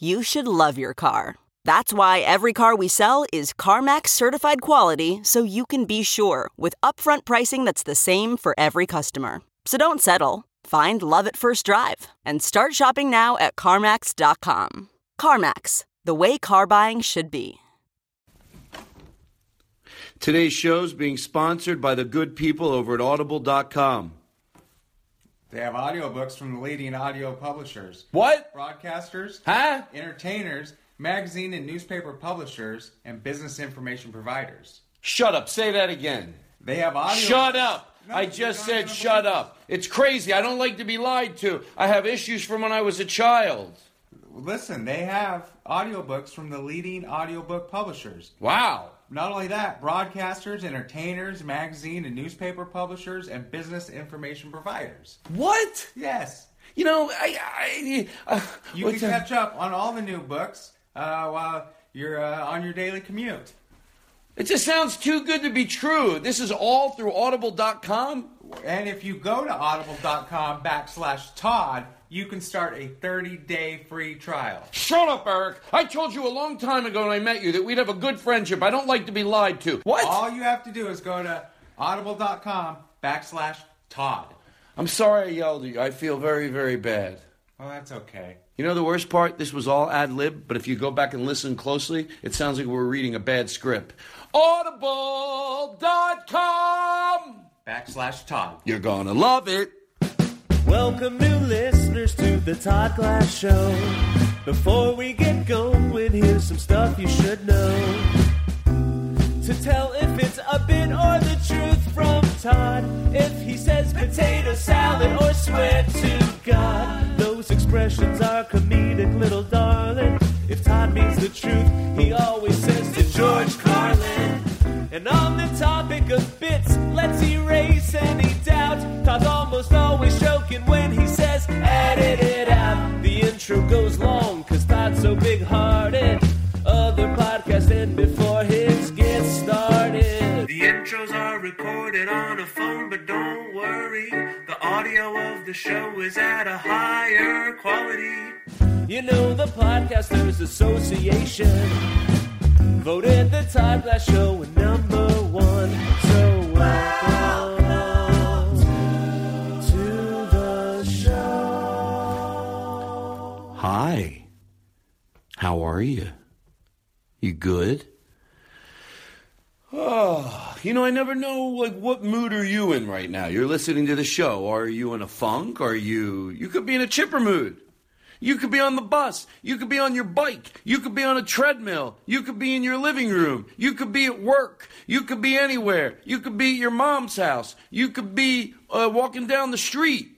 you should love your car. That's why every car we sell is CarMax certified quality so you can be sure with upfront pricing that's the same for every customer. So don't settle. Find love at first drive and start shopping now at CarMax.com. CarMax, the way car buying should be. Today's show is being sponsored by the good people over at audible.com. They have audiobooks from the leading audio publishers, What? broadcasters, Huh? entertainers, magazine and newspaper publishers, and business information providers. Shut up. Say that again. They have audio. Shut up. No, I you're just not said gonna shut believe up. It's crazy. I don't like to be lied to. I have issues from when I was a child. this. Listen, they have audiobooks from the leading audiobook publishers. Wow. Not only that, broadcasters, entertainers, magazine and newspaper publishers, and business information providers. What? Yes. You know, I. I uh, You what's can that? catch up on all the new books uh, while you're uh, on your daily commute. It just sounds too good to be true. This is all through audible.com. And if you go to audible.com backslash Todd, you can start a 30 day free trial. Shut up, Eric. I told you a long time ago when I met you that we'd have a good friendship. I don't like to be lied to. What? All you have to do is go to audible.com backslash Todd. I'm sorry I yelled at you. I feel very, very bad. Well, that's okay. You know the worst part? This was all ad lib, but if you go back and listen closely, it sounds like we're reading a bad script. Audible.com! Backslash Todd. You're gonna love it. Welcome, new listeners, to the Todd Glass Show. Before we get going, here's some stuff you should know to tell if it's a bit or the truth from Todd. If he says potato salad or swear to God, those expressions are comedic, little darling. If Todd means the truth, he always says to George Carlin. And on the topic of bits, let's erase any doubt. Todd's almost always joking when he says, edit it out. The intro goes long, cause Todd's so big hearted other podcast and before his gets started. The intros are recorded on a phone, but don't worry, the audio of the show is at a higher quality. You know the Podcasters Association voted the Todd Glass Show number one. So welcome to the show. Hi. How are you? You good? Oh, you know, I never know like what mood are you in right now. You're listening to the show. Are you in a funk? Are you you could be in a chipper mood. You could be on the bus. You could be on your bike. You could be on a treadmill. You could be in your living room. You could be at work. You could be anywhere. You could be at your mom's house. You could be uh, walking down the street.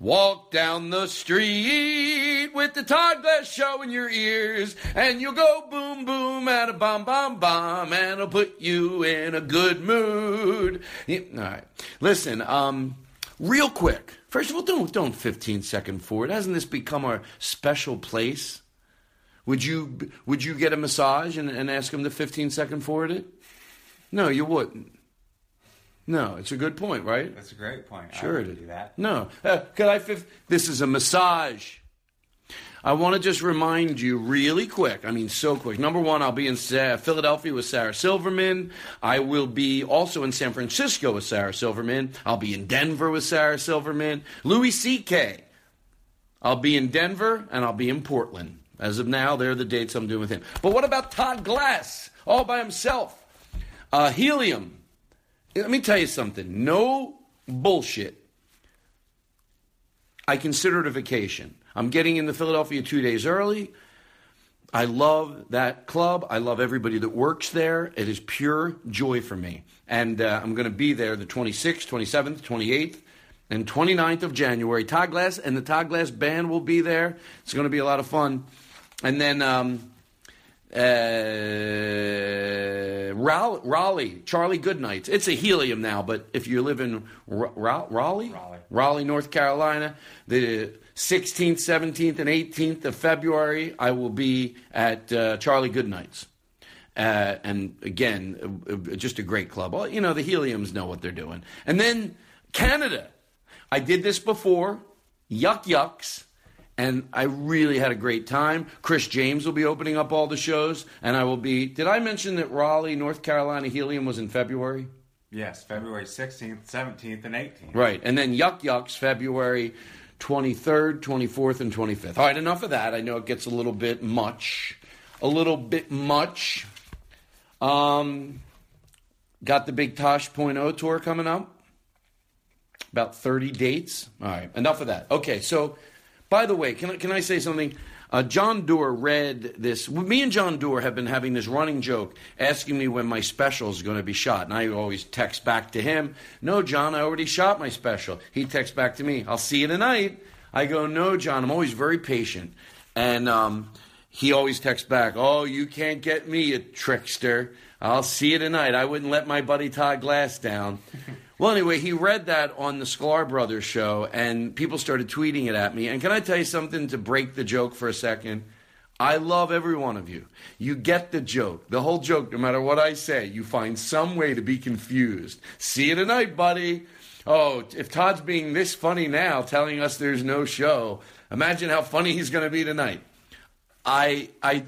Walk down the street with the Todd Glass Show in your ears, and you'll go boom, boom, and a bomb, bomb, bomb, and it'll put you in a good mood. Yeah, all right, listen, um, real quick. First of all, don't don't 15 second forward. Hasn't this become our special place? Would you would you get a massage and, and ask him to 15 second forward it? No, you wouldn't. No, it's a good point, right? That's a great point. Sure, I it would is. do that. No, uh, could I? Fif- this is a massage. I want to just remind you really quick. I mean, so quick. Number one, I'll be in Sa- Philadelphia with Sarah Silverman. I will be also in San Francisco with Sarah Silverman. I'll be in Denver with Sarah Silverman. Louis C.K. I'll be in Denver and I'll be in Portland. As of now, they're the dates I'm doing with him. But what about Todd Glass all by himself? Uh, helium. Let me tell you something. No bullshit. I consider it a vacation. I'm getting into Philadelphia two days early. I love that club. I love everybody that works there. It is pure joy for me. And uh, I'm going to be there the 26th, 27th, 28th, and 29th of January. Todd Glass and the Todd Glass Band will be there. It's going to be a lot of fun. And then um, uh, Raleigh, Raleigh, Charlie Goodnight. It's a helium now, but if you live in R- Ra- Raleigh, Raleigh, North Carolina, the 16th, 17th, and 18th of February, I will be at uh, Charlie Goodnight's. Uh, and again, uh, uh, just a great club. Well, you know, the Heliums know what they're doing. And then Canada. I did this before. Yuck Yucks and I really had a great time. Chris James will be opening up all the shows, and I will be. Did I mention that Raleigh, North Carolina Helium was in February? Yes, February 16th, 17th, and 18th. Right. And then Yuck Yucks, February 23rd, 24th, and 25th. All right, enough of that. I know it gets a little bit much. A little bit much. Um, got the big Tosh.0 tour coming up. About 30 dates. All right, enough of that. Okay, so by the way, can I, can I say something? Uh, John Doerr read this. Me and John Doerr have been having this running joke asking me when my special is going to be shot. And I always text back to him, No, John, I already shot my special. He texts back to me, I'll see you tonight. I go, No, John, I'm always very patient. And um, he always texts back, Oh, you can't get me, you trickster. I'll see you tonight. I wouldn't let my buddy Todd Glass down. Well, anyway, he read that on the Sklar Brothers show, and people started tweeting it at me. And can I tell you something to break the joke for a second? I love every one of you. You get the joke, the whole joke, no matter what I say. You find some way to be confused. See you tonight, buddy. Oh, if Todd's being this funny now, telling us there's no show, imagine how funny he's going to be tonight. I I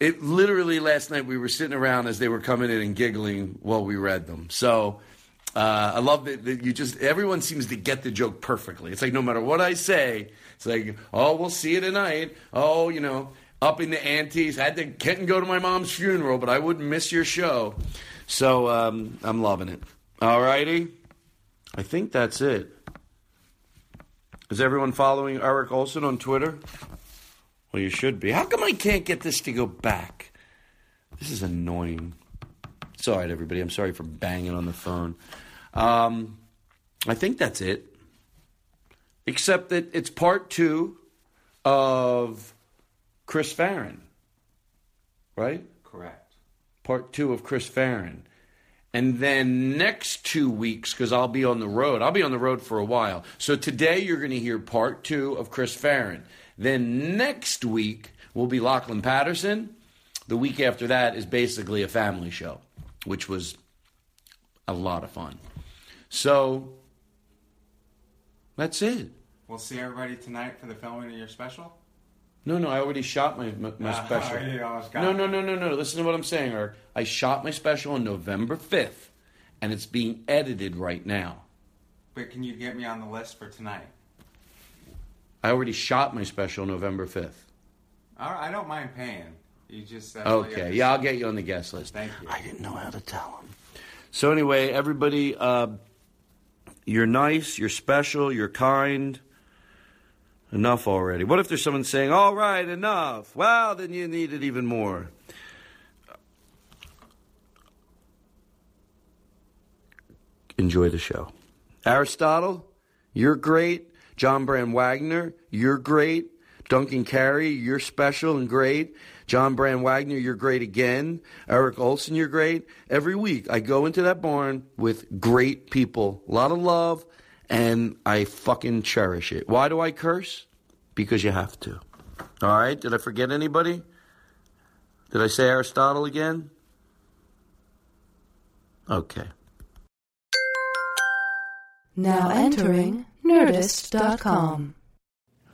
it literally last night we were sitting around as they were coming in and giggling while we read them. So uh, I love that, that you just everyone seems to get the joke perfectly. It's like no matter what I say, it's like oh we'll see you tonight. Oh you know up in the antes. I had to couldn't go to my mom's funeral, but I wouldn't miss your show. So um, I'm loving it. All righty, I think that's it. Is everyone following Eric Olson on Twitter? Well, you should be. How come I can't get this to go back? This is annoying. It's all right, everybody. I'm sorry for banging on the phone. Um, I think that's it. Except that it's part two of Chris Farron, right? Correct. part two of Chris Farron. And then next two weeks, because I'll be on the road, I'll be on the road for a while. So today you're going to hear part two of Chris Farron. Then next week will be Lachlan Patterson. The week after that is basically a family show, which was a lot of fun. So that's it. We'll see everybody tonight for the filming of your special. No, no, I already shot my, my, my Ah, special. you almost got No, it. no, no, no, no. Listen to what I'm saying, Eric. I shot my special on November 5th, and it's being edited right now. But can you get me on the list for tonight? I already shot my special November 5th. All right, I don't mind paying. You just uh, that's all you have Okay, to yeah, say. I'll get you on the guest list. Thank you. I didn't know how to tell him. So, anyway, everybody, uh, you're nice, you're special, you're kind. Enough already. What if there's someone saying, all right, enough? Well, then you need it even more. enjoy the show. Aristotle, you're great. John Brand Wagner, you're great. Duncan Carey, you're special and great. John Brand Wagner, you're great again. Eric Olson, you're great. Every week I go into that barn with great people, a lot of love, and I fucking cherish it. Why do I curse? Because you have to. All right, did I forget anybody? Did I say Aristotle again? Okay. Now entering Nerdist.com.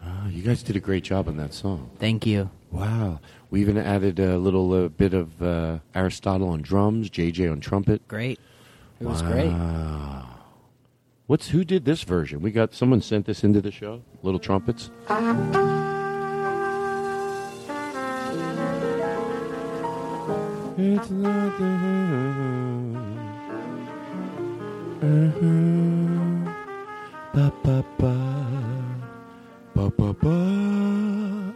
Ah, you guys did a great job on that song. Thank you. Wow. We even added a little uh, bit of uh, Aristotle on drums, JJ on trumpet. Great. It was great. What's who did this version? We got someone sent this into the show. Little trumpets. It's like a- Uh-huh. Ba, ba, ba. Ba, ba, ba.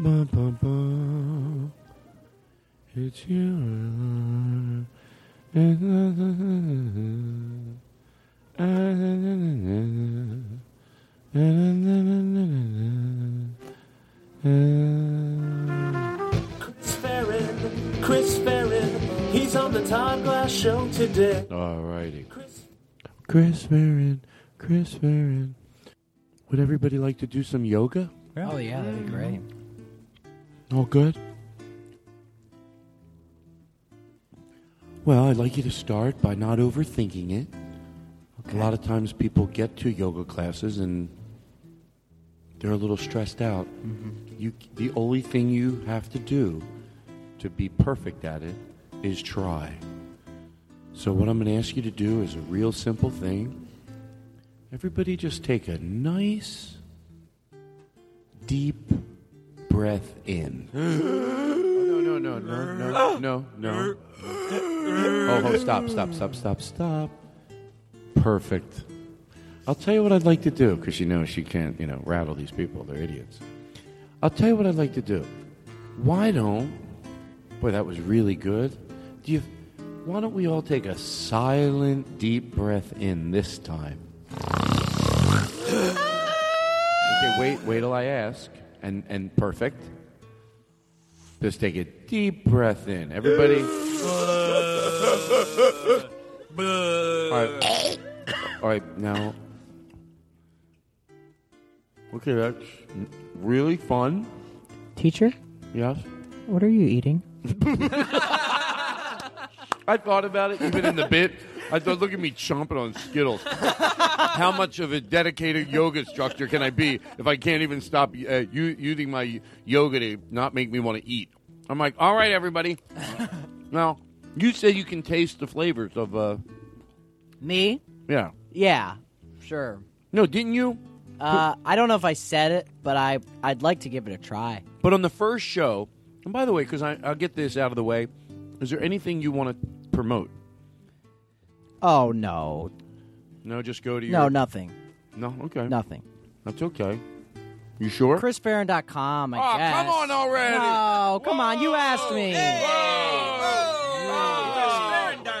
Ba, ba, ba. It's your love. It's not the- Ah, na, na, na, na, na. Na, na, na, na, na, na, na. Ah. Chris Farron, Chris Farron, he's on the Todd Glass Show today. Alrighty. Chris Chris Farron, Chris Farron. Would everybody like to do some yoga? Oh yeah, that'd be Mm-hmm. great. All good? Well, I'd like you to start by not overthinking it. A lot of times people get to yoga classes and they're a little stressed out. You, the only thing you have to do to be perfect at it is try. So, what I'm going to ask you to do is a real simple thing. Everybody just take a nice, deep breath in. oh, no, no, no, no, no, no, no. Oh, oh, stop, stop, stop, stop, stop. Perfect. I'll tell you what I'd like to do, because you know she can't, you know, rattle these people. They're idiots. I'll tell you what I'd like to do. Why don't, boy, that was really good. Do you, why don't we all take a silent, deep breath in this time? Okay, wait, wait till I ask. And, and perfect. Just take a deep breath in. Everybody. all right. All right, now. Okay, that's really fun. Teacher, Yes. what are you eating? I thought about it even in the bit. I thought, look at me chomping on Skittles. How much of a dedicated yoga instructor can I be if I can't even stop uh, u- using my yoga to not make me want to eat? I'm like, all right, everybody. now, you say you can taste the flavors of, uh, Me? yeah. Yeah, sure. No, didn't you? Uh, I don't know if I said it, but I I'd like to give it a try. But on the first show, and by the way, because I'll get this out of the way, is there anything you want to promote? Oh no, No, just go to your. no, nothing, No, okay. nothing. That's okay. You sure? ChrisFarron.com, I Oh, guess. come on already. No, come on, you asked me.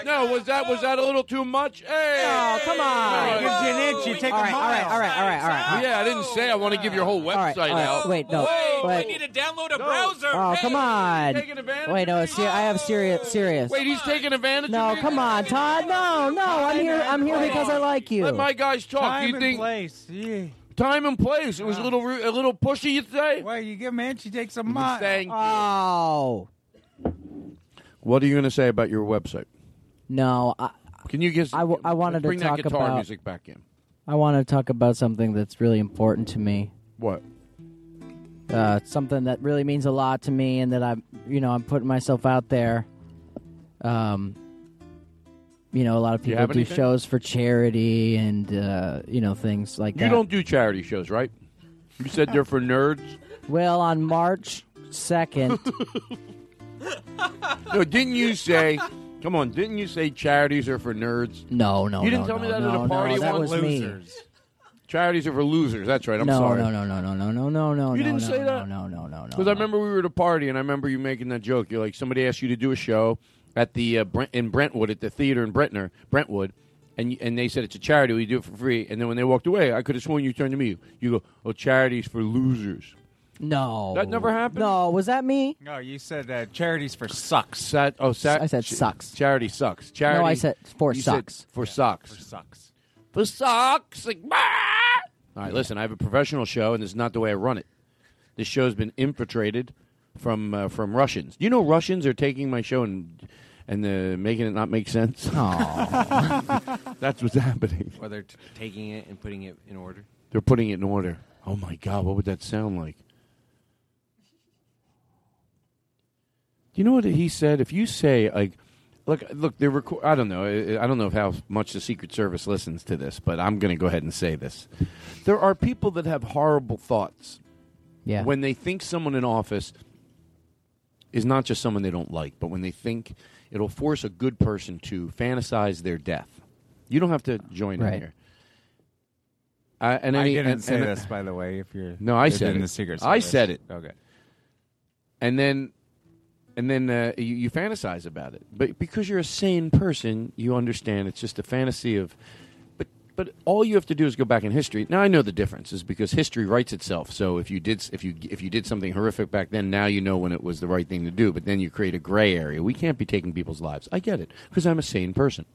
No, was that was that a little too much? Hey! Oh, come on. Gives you an itch, you take All a right, all mile. right, all right, all right, all right. Yeah, I didn't say I want to give your whole website All right, all right. out. Wait, no. Wait. to download a browser. Oh, come on. taking advantage Wait, no, of me? it's ser- I am serious. Serious. Wait, he's taking advantage of No, me. come on, Todd. No, no, I'm here. I'm here because I like you. Let my guys talk. Do Time you and think place. Yeah. time and place? It was a little ru- a little pushy, you say? Well, you give him an inch, he takes a mile. Thank- Uh, Oh What are you going to say about your website? no, I, Can you just I w- I wanted to bring talk that guitar about- music back in? I want to talk about something that's really important to me. What? Uh, something that really means a lot to me, and that I'm, you know, I'm putting myself out there. Um, you know, a lot of You people have do anything? shows for charity and uh, you know things like You that. don't do charity shows, right? You said they're for nerds. Well, on March second, No, didn't you say? Come on, didn't you say charities are for nerds? no, no, You didn't no, tell no, me that no, at a party No, that one? was me. Charities are for losers. That's right. I'm no, sorry. no, no, no, no, no, no, no, no. no, You didn't no, say no, that? No, no, no, no. Because I no. remember we were at a party, and I remember you making that joke. You're like, somebody asked you to do a show at the uh, Brent, in Brentwood at the theater in Brentner, Brentwood, and you- and they said it's a charity. We do it for free. And then when they walked away, I could have sworn you turned to me. You go, "Oh, charities for losers." No, That Oh. never happened? No, was that me? No, you said uh, charities for sucks. Sat, oh, sat, I said sucks. Charity sucks. Charity. I said for you sucks. for sucks. Sucks. for socks. Like, bah! all right, listen, I have a professional show, and this is not the way I run it. This show's been infiltrated from uh, from Russians. You know, Russians are taking my show and and uh, making it not make sense. That's what's happening. Or they're t- taking it and putting it in order. They're putting it in order. Oh my God, what would that sound like? Do you know what he said? If you say like, look, look, they record. I don't know. I I don't know how much the Secret Service listens to this, but I'm going to go ahead and say this: there are people that have horrible thoughts Yeah. when they think someone in office is not just someone they don't like, but when they think it'll force a good person to fantasize their death. You don't have to join in Right. here. I, and any- I didn't and- say and- this, by the way. If you're No, I if said you're in it. the secret. I Service. said it. Okay. and then and then uh, you, you fantasize about it. But because you're a sane person, you understand it's just a fantasy of. But but all you have to do is go back in history. Now I know the difference is because history writes itself. So if you did s- if you if you did something horrific back then, now you know when it was the right thing to do. But then you create a gray area. We can't be taking people's lives. I get it because I'm a sane person.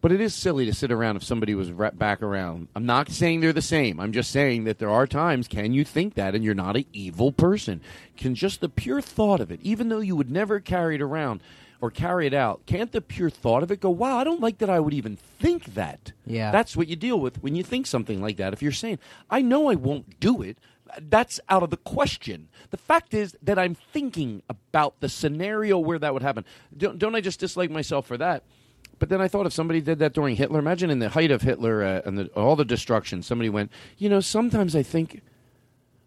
But it is silly to sit around if somebody was ra- back around. I'm not saying they're the same. I'm just saying that there are times can you think that and you're not an evil person? Can just the pure thought of it, even though you would never carry it around or carry it out, can't the pure thought of it go, wow, I don't like that I would even think that? Yeah. That's what you deal with when you think something like that. If you're saying, I know I won't do it, that's out of the question. The fact is that I'm thinking about the scenario where that would happen. Don't, don't I just dislike myself for that? But then I thought if somebody did that during Hitler, imagine in the height of Hitler uh, and the, all the destruction, somebody went, you know, sometimes I think,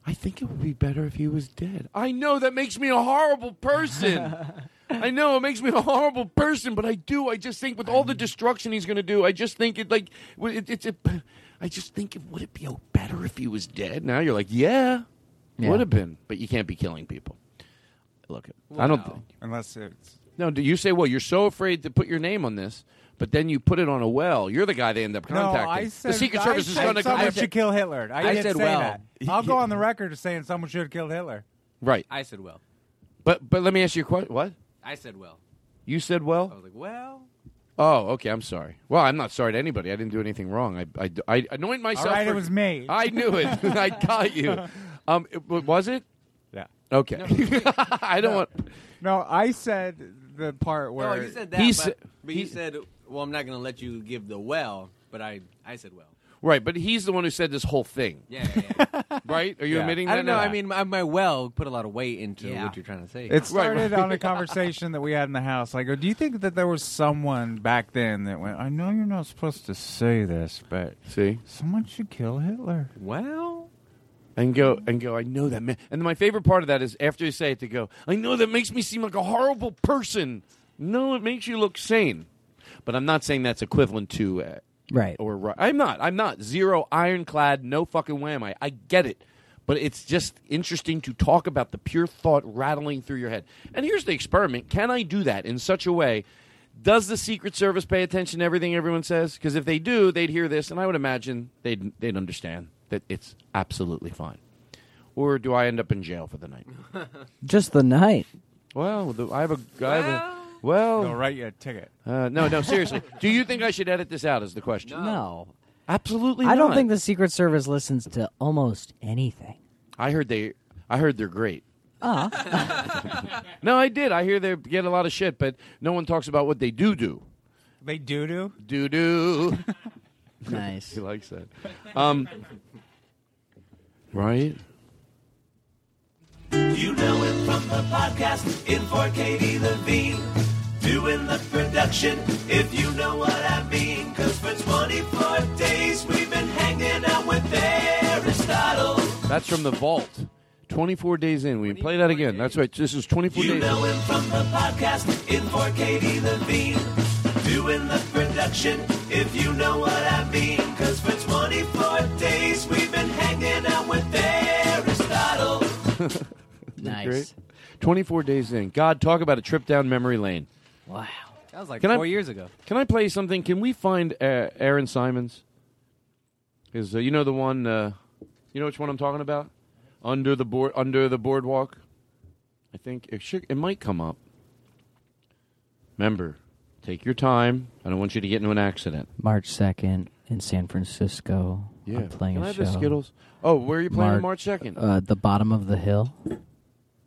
I think it would be better if he was dead. I know that makes me a horrible person. I know it makes me a horrible person, but I do. I just think with all the destruction he's going to do, I just think it like w- it, it's a. I just think it would it be better if he was dead. Now you're like, yeah, Yeah. would have been, but you can't be killing people. Look, I don't. think Unless it's no, do you say, well, you're so afraid to put your name on this, but then you put it on a well. You're the guy they end up contacting. No, I said, the Secret I Service is said going to come someone I after- should should kill Hitler. I, I did said say well. that. I'll go on the record as saying someone should kill Hitler. Right. I said well. But but let me ask you a question. What? I said well. You said I well? was like well. Oh, okay. I'm sorry. Well, I'm not sorry to anybody. I didn't do anything wrong. I, I, I anoint myself. right, it for- was me. I knew it. I got you. Um, it- w- was it? Yeah. Okay. I don't want. No, I said the part where No, you said that, He but, sa- but you he- said, "Well, I'm not going to let you give the well," but I, I said, "Well, Right, but he's the one who said this whole thing, yeah." yeah, yeah. right? Are you admitting that? I don't know. now? I mean, my, my well put a lot of weight into Yeah. what you're trying to say. It Right, right. started on a conversation that we had in the house. Like, do you think that there was someone back then that went, I know you're not supposed to say this, but see, someone should kill Hitler? well, and go and go. I know that man. And my favorite part of that is after you say it to go. I know that makes me seem like a horrible person. No, it makes you look sane. But I'm not saying that's equivalent to uh, Right. or right. I'm not. I'm not zero ironclad. No fucking way am I. I get it. But it's just interesting to talk about the pure thought rattling through your head. And here's the experiment: Can I do that in such a way? Does the Secret Service pay attention to everything everyone says? Because if they do, they'd hear this, and I would imagine they'd they'd understand that it's absolutely fine. Or do I end up in jail for the night? Just the night. Well, the, I have a, I have a well, They'll write you a ticket. uh, no, no, seriously. do you think I should edit this out? Is the question? No. Absolutely. I don't not. think the Secret Service listens to almost anything. I heard they. I heard they're great. Oh. no, I did. I hear they get a lot of shit, but no one talks about what they do do. They do do? Do do. Nice. he likes that. Um. Right. You know it from the podcast in for Katie Levine. Doing the production, if you know what I mean. Cause for 24 days we've been hanging out with Aristotle. That's from the vault. Twenty-four days in. We can play that again. That's right. This is twenty-four You days. know him from the podcast in for Katie Levine. Doing the production, if you know what I mean. Cause for 24 days we've been hanging out with Aristotle. nice. Great. Twenty-four days in. God, talk about a trip down memory lane. Wow. That was like Can I- four years ago. Can I play something? Can we find uh, Aaron Simons? Is uh, you know the one? Uh, you know which one I'm talking about? Under the board, under the boardwalk. I think it should. It might come up. Remember, take your time. I don't want you to get into an accident. March 2nd in San Francisco. I'm playing Can a I have show. the Skittles? Oh, where are you playing on March second? Uh, the bottom of the hill.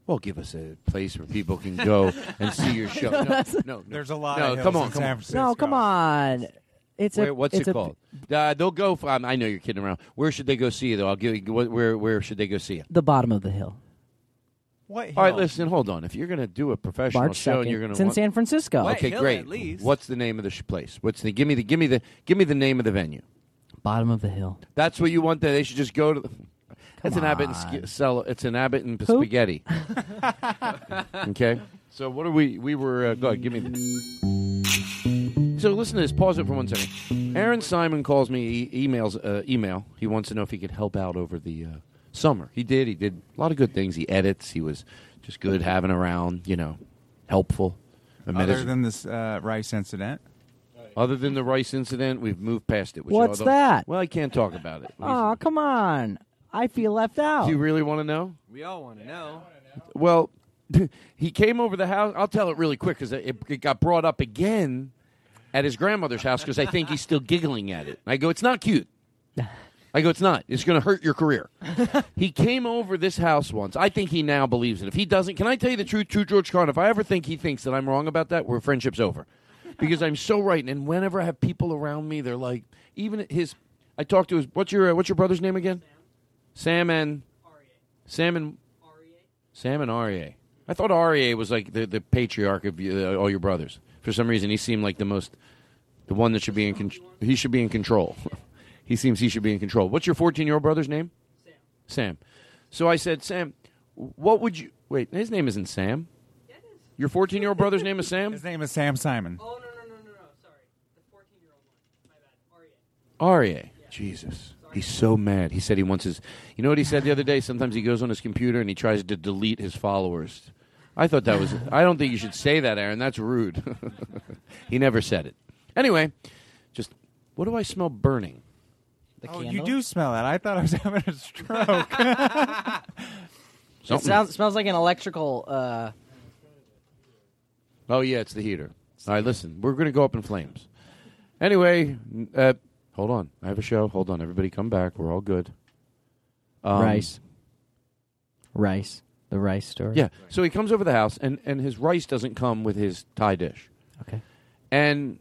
Well, give us a place where people can go and see your show. No, no, no. There's a lot No, of hills come on, in come San on. Francisco. No, come on. It's Where, a what's it's it a- called? Uh, they'll go. For, um, I know you're kidding around. Where should they go see you? Though I'll give you. what- Where Where should they go see you? The bottom of the hill. What All right, hill? listen, hold on. If you're going to do a professional March show, and 2nd. you're going to It's in San Francisco. White okay, Hill, great. at least. What's the name of the sh- place? What's the give me the give me the give me the name of the venue? Bottom of the hill. That's what you want. There, they should just go to. The, it's an Abbott and sk- sell. It's an Abbott and Who? spaghetti. okay. So what are we? We were. Uh, go ahead, give me. The, so listen to this. Pause it for one second. Aaron Simon calls me. E- emails uh, email. He wants to know if he could help out over the uh, summer. He did. He did a lot of good things. He edits. He was just good having around. You know, helpful. A Other medicine- than this uh, rice incident, other than the rice incident, we've moved past it. which- What's although- that? Well, I can't talk about it. Oh, come on. I feel left out. Do you really want to know? We all want to know. Well, he came over the house. I'll tell it really quick because it, it got brought up again at his grandmother's house because I think he's still giggling at it. I go, it's not cute. I go, it's not. It's going to hurt your career. he came over this house once. I think he now believes it. If he doesn't, can I tell you the truth, true George Carlin? If I ever think he thinks that I'm wrong about that, we're friendship's over. Because I'm so right. And whenever I have people around me, they're like, even his. I talked to his. What's your uh, What's your brother's name again? Sam and Sam and Sam and Aryeh. I thought Aryeh was like the, the patriarch of you, uh, all your brothers. For some reason, he seemed like the most, the one that should be in control. He should be in control. he seems he should be in control. What's your 14 year old brother's name? Sam. Sam. So I said, Sam, what would you. Wait, his name isn't Sam. Your 14 year old brother's name is Sam? his name is Sam Simon. Aryeh. Jesus. He's so mad. He said he wants his. You know what he said the other day? Sometimes he goes on his computer and he tries to delete his followers. I thought that was. I don't think you should say that, Aaron. That's rude. he never said it. Anyway, just what do I smell burning? The Oh, you candle? do smell that. I thought I was having a stroke. It sounds, smells like an electrical. Uh, Oh yeah, it's the heater. All right, listen, we're going to go up in flames. Anyway, n- uh, hold on. I have a show. Hold on, everybody, come back. We're all good. Um, rice. Rice. The rice story. Yeah. So he comes over the house, and and his rice doesn't come with his Thai dish. Okay. And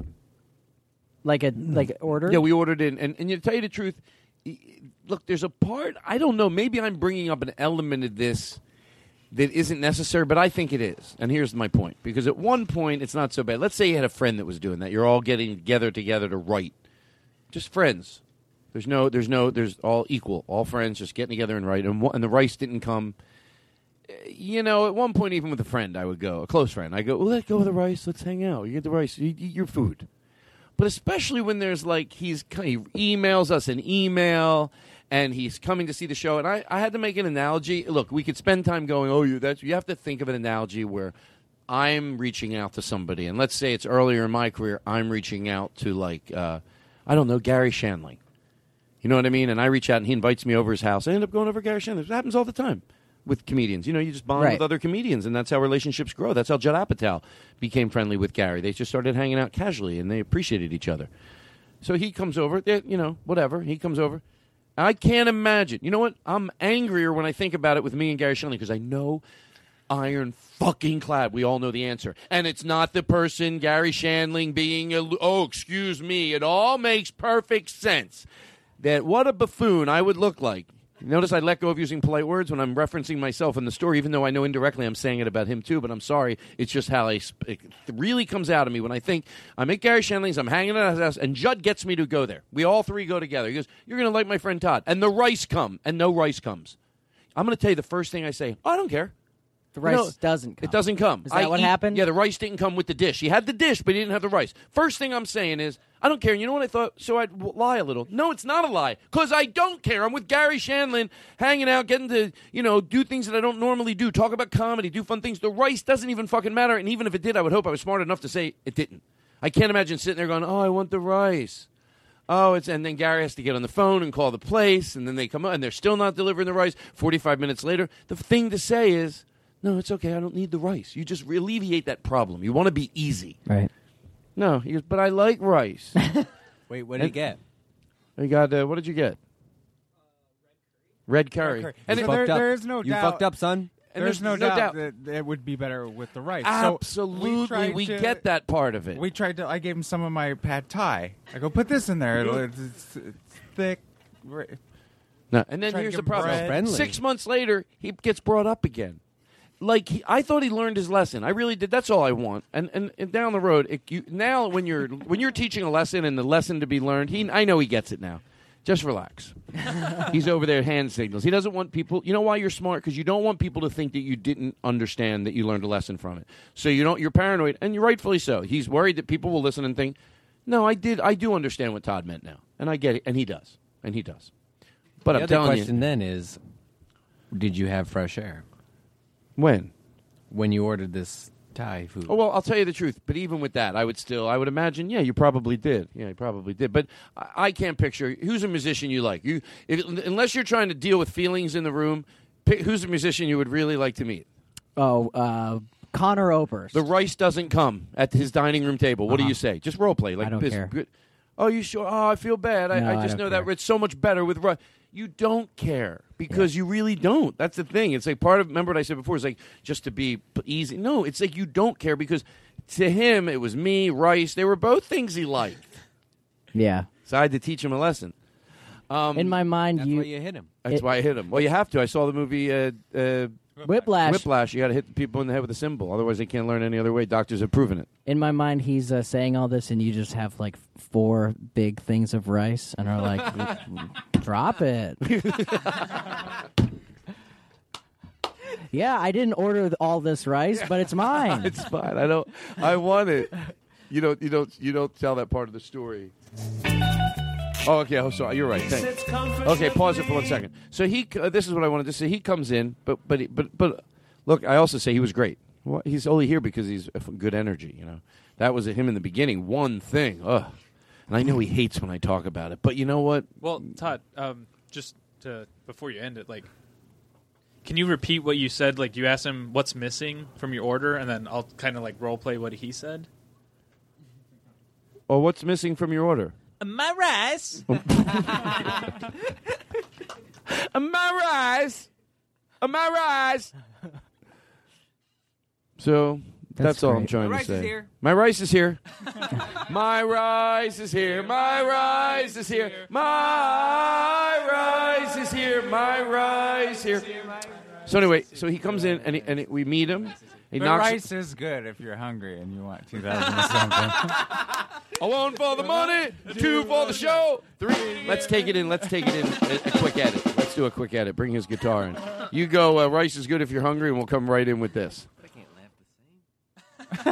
Like a like a order. Yeah, we ordered in, and and to tell you the truth, e- look, there's a part I don't know. Maybe I'm bringing up an element of this that isn't necessary, but I think it is. And here's my point: because at one point, it's not so bad. Let's say you had a friend that was doing that. You're all getting together together to write, just friends. There's no, there's no, there's all equal, all friends, just getting together and write. And, one- and the rice didn't come. Eh, You know, at one point, even with a friend, I would go, a close friend, I go, well, let go of the rice, let's hang out. You get the rice, you eat your food but especially when there's like he's he emails us an email and he's coming to see the show and I, I had to make an analogy look we could spend time going oh you that's you have to think of an analogy where i'm reaching out to somebody and let's say it's earlier in my career i'm reaching out to like uh, i don't know gary shanley you know what I mean? And I reach out and he invites me over his house. I end up going over to Gary Shandling. It happens all the time with comedians. You know, you just bond with Right. other comedians, and that's how relationships grow. That's how Judd Apatow became friendly with Gary. They just started hanging out casually, and they appreciated each other. So he comes over, they- you know, whatever. He comes over. I can't imagine. You know what? I'm angrier when I think about it with me and Gary Shandling because I know iron fucking clad. We all know the answer. And it's not the person, Gary Shandling, being a. lo- Oh, excuse me. It all makes perfect sense. That what a buffoon I would look like. Notice I let go of using polite words when I'm referencing myself in the story, even though I know indirectly I'm saying it about him too, but I'm sorry. It's just how I sp- it really comes out of me when I think I'm at Gary Shandling's, I'm hanging out at his house, and Judd gets me to go there. We all three go together. He goes, You're going to like my friend Todd. And the rice come, and no rice comes. I'm going to tell you the first thing I say "Oh, I don't care. the rice No, doesn't. Come. It doesn't come. Is that I what eat- happened? Yeah, the rice didn't come with the dish. He had the dish, but he didn't have the rice. First thing I'm saying is, I don't care. You know what I thought? So I'd w- lie a little. No, it's not a lie because I don't care. I'm with Gary Shanlin, hanging out, getting to you know do things that I don't normally do, talk about comedy, do fun things. The rice doesn't even fucking matter. And even if it did, I would hope I was smart enough to say it didn't. I can't imagine sitting there going, "Oh, I want the rice." Oh, it's and then Gary has to get on the phone and call the place, and then they come up and they're still not delivering the rice. Forty-five minutes later, the thing to say is, "No, it's okay. I don't need the rice. You just alleviate that problem. You want to be easy." Right. No, he goes, "But I like rice." Wait, what did he get? I got uh, what did you get? Red curry. Red curry. And So it- there- there is no you doubt- fucked up, son. And there's, no, doubt. doubt, that it would be better with the rice. so we, Absolutely, tried we to- get that part of it. We tried to. I gave him some of my pad thai. I go put this in there. Mm-hmm. It'll- It's, it's- it's thick. ri- No, and then Try to here's the get problem. bread. Friendly. Six months later, he gets brought up again. Like he, I thought he learned his lesson. I really did. That's all I want. And and, and down the road, it, you, now when you're when you're teaching a lesson and the lesson to be learned, he I know he gets it now. Just relax. He's over there hand signals. He doesn't want people. You know why you're smart? Because you don't want people to think that you didn't understand that you learned a lesson from it. So you don't. You're paranoid, and you're rightfully so. He's worried that people will listen and think, "No, I did. I do understand what Todd meant now, and I get it." And he does. And he does. But the I'm other telling you. question then is, did you have fresh air? When? When you ordered this Thai food. Oh well, I'll tell you the truth. But even with that, I would still, I would imagine, yeah, you probably did. Yeah, you probably did. But I, I can't picture who's a musician you like. You, if, unless you're trying to deal with feelings in the room, pick, who's a musician you would really like to meet? Oh, uh, Connor Oberst. The rice doesn't come at his dining room table. What do you say? Just role play, like Uh-huh. I don't this. care. Good. Oh, you sure? Oh, I feel bad. I, No, I I just don't know that it's so much better with rice. You don't care because you really don't. That's the thing. It's like part of. Remember what I said before? It's like just to be p- easy. No, it's like you don't care because to him it was me, rice. They were both things he liked. Yeah. So I had to teach him a lesson. Um, In my mind, you. That's It- why I hit him. Well, you have to. I saw the movie uh, uh, Whiplash. Whiplash. You got to hit the people in the head with a symbol, otherwise they can't learn any other way. Doctors have proven it. In my mind, he's uh, saying all this, and you just have like four big things of rice, and are like, "Drop it." yeah, I didn't order th- all this rice, but it's mine. it's fine. I don't. I want it. You don't. You don't. You don't tell that part of the story. Oh, okay. I'm sorry. You're right. Thanks. Okay, pause it for one second. So he. Uh, this is what I wanted to say. He comes in, but but he- but but. Look, I also say he was great. Well, he's only here because he's of good energy. You know, that was him in the beginning. One thing. Ugh. And I know he hates when I talk about it, but you know what? Well, Todd, um, just to, before you end it, like, can you repeat what you said? Like, you asked him what's missing from your order, and then I'll kind of like role play what he said. Or Oh, what's missing from your order? My rice. My rice. My rice. So that's, That's all great. I'm trying My to rice say. is here. My rice is here. my rice is here. My rice is here. My rice is here. My rice here. So anyway, so he comes in and, he, and he- we meet him. He the knocks. rice is good if you're hungry and you want two thousand or something. I want for the money, two for the show, three. Let's take it in. Let's take it in. A, a quick edit. Let's do a quick edit. Bring his guitar in. You go. Uh, rice is good if you're hungry, and we'll come right in with this.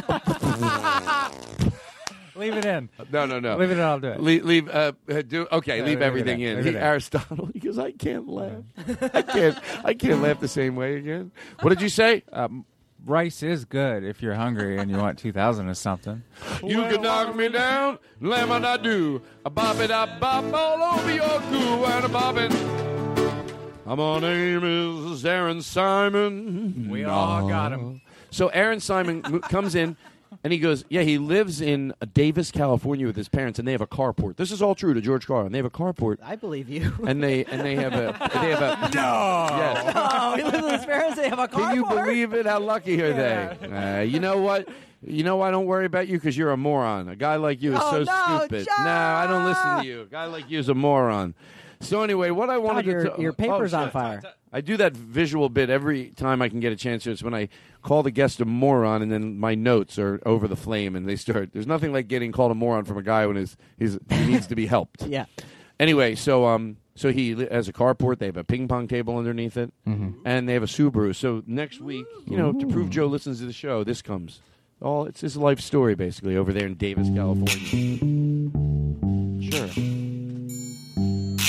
Leave it in. No, no, no. Leave it in. I'll do it. Leave, leave uh, uh, do okay. Yeah, leave leave it everything in, in. leave it He- in. Aristotle, he goes, I can't laugh. I can't. I can't laugh the same way again. What did you say? Um, rice is good if you're hungry and you want two thousand or something. You can knock me down, lamb and I do. A bop it, I bop all over your goo and a bobbin. Uh, My name is Aaron Simon. Uh, We all got him. So Aaron Simon mo- comes in. And he goes, yeah, he lives in Davis, California, with his parents, and they have a carport. This is all true to George Carlin. They have a carport. I believe you. and they and they have a they have a no. Oh, No, he lives with his parents. They have a Can you believe it? How lucky are they? Uh, you know what? You know why I don't worry about you because you're a moron. A guy like you is Oh, so no, stupid. No, I don't listen to you. A guy like you is a moron. So anyway, what I wanted your- to ta- your paper's Oh, on shit. fire. I do that visual bit every time I can get a chance. It's when I call the guest a moron, and then my notes are over the flame, and they start. There's nothing like getting called a moron from a guy when his, his, he needs to be helped. Yeah. Anyway, so um, so he li- has a carport. They have a ping pong table underneath it, and they have a Subaru. So next week, you know, to prove Joe listens to the show, this comes. All it's his life story basically over there in Davis, California. Sure.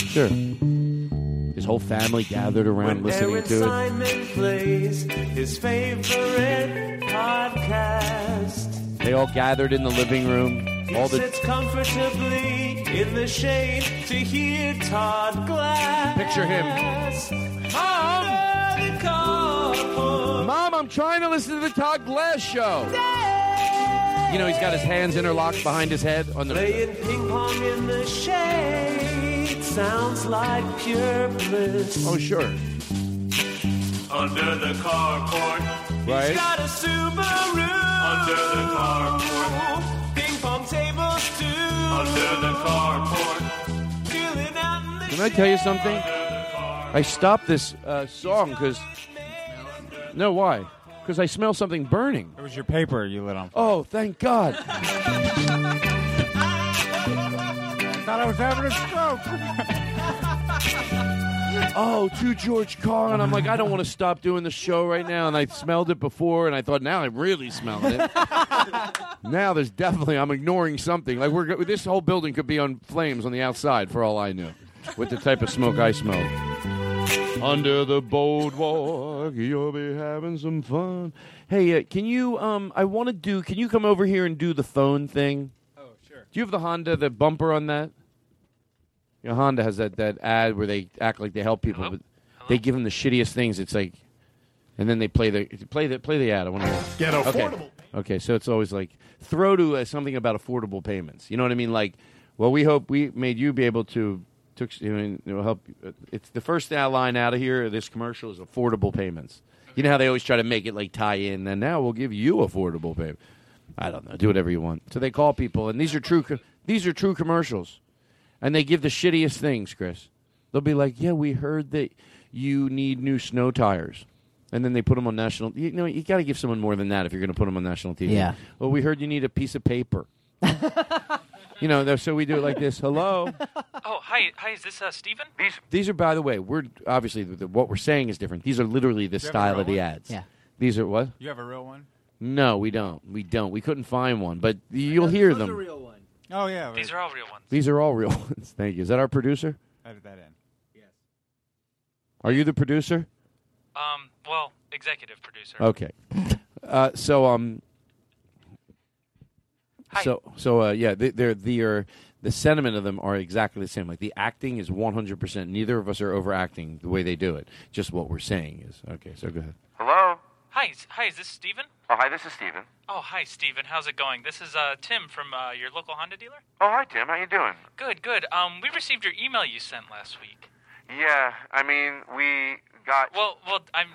Sure. His whole family gathered around listening Aaron to it. Simon plays his favorite podcast. They all gathered in the living room. All the He sits comfortably in the shade to hear Todd Glass. Picture him. Mom, I'm trying to listen to the Todd Glass show. You know, he's got his hands interlocked behind his head on the Playing ping pong in the shade sounds like pure bliss. Oh sure. under the carport. Right. He's got a Subaru under the carport. Ping pong tables too under the carport. Chilling out in the Can I tell you something? I stopped this uh, song because. No, why? Because I smell something burning. It was your paper you lit on. Oh, thank God. I thought I was having a stroke. Oh, to George Carlin. I'm like, I don't want to stop doing the show right now. And I smelled it before, and I thought, now I'm really smelling it. now there's definitely, I'm ignoring something. Like, we're go- this whole building could be on flames on the outside, for all I knew, with the type of smoke I smelled. Under the boardwalk, you'll be having some fun. Hey, uh, can you, um, I want to do, can you come over here and do the phone thing? Oh, sure. Do you have the Honda, the bumper on that? You know, Honda has that, that ad where they act like they help people, but they give them the shittiest things. It's like, and then they play the play the play the ad. I want to Get Okay. affordable. okay, so it's always like throw to uh, something about affordable payments. You know what I mean? Like, well, we hope we made you be able to took you know, it'll help. You. It's the first line out of here. of This commercial is affordable payments. You know how they always try to make it like tie in. And now we'll give you affordable payment. I don't know. Do whatever you want. So they call people, and these are true. co- These are true commercials and they give the shittiest things, Chris. They'll be like, "Yeah, we heard that you need new snow tires," and then they put them on national. You know, you got to give someone more than that if you're going to put them on national TV. Yeah. Well, we heard you need a piece of paper. you know, though, so we do it like this. Hello. Oh, hi, hi. Is this uh, Steven? These are, by the way, we're obviously the, the- what we're saying is different. These are literally the Do you have a style real of the one? ads. Yeah. These are what? you have a real one? No, we don't. We don't. We couldn't find one, but you'll hear them. one. Oh yeah. These are all real ones. These are all real ones. Thank you. Is that our producer? Edit that in. Are you the producer? Um, well, executive producer. Okay. Uh, so um. So so uh, yeah, they, they're they are the sentiment of them are exactly the same. Like the acting is one hundred percent. Neither of us are overacting the way they do it. Just what we're saying is okay. So go ahead. Hello. Hi, is- hi. Is this Steven? Oh, hi, this is Steven. Oh, hi, Steven. How's it going? This is uh, Tim from uh, your local Honda dealer. Oh, hi, Tim. How you doing? Good, good. Um, we received your email you sent last week. Yeah, I mean, we got. Well, well, I'm.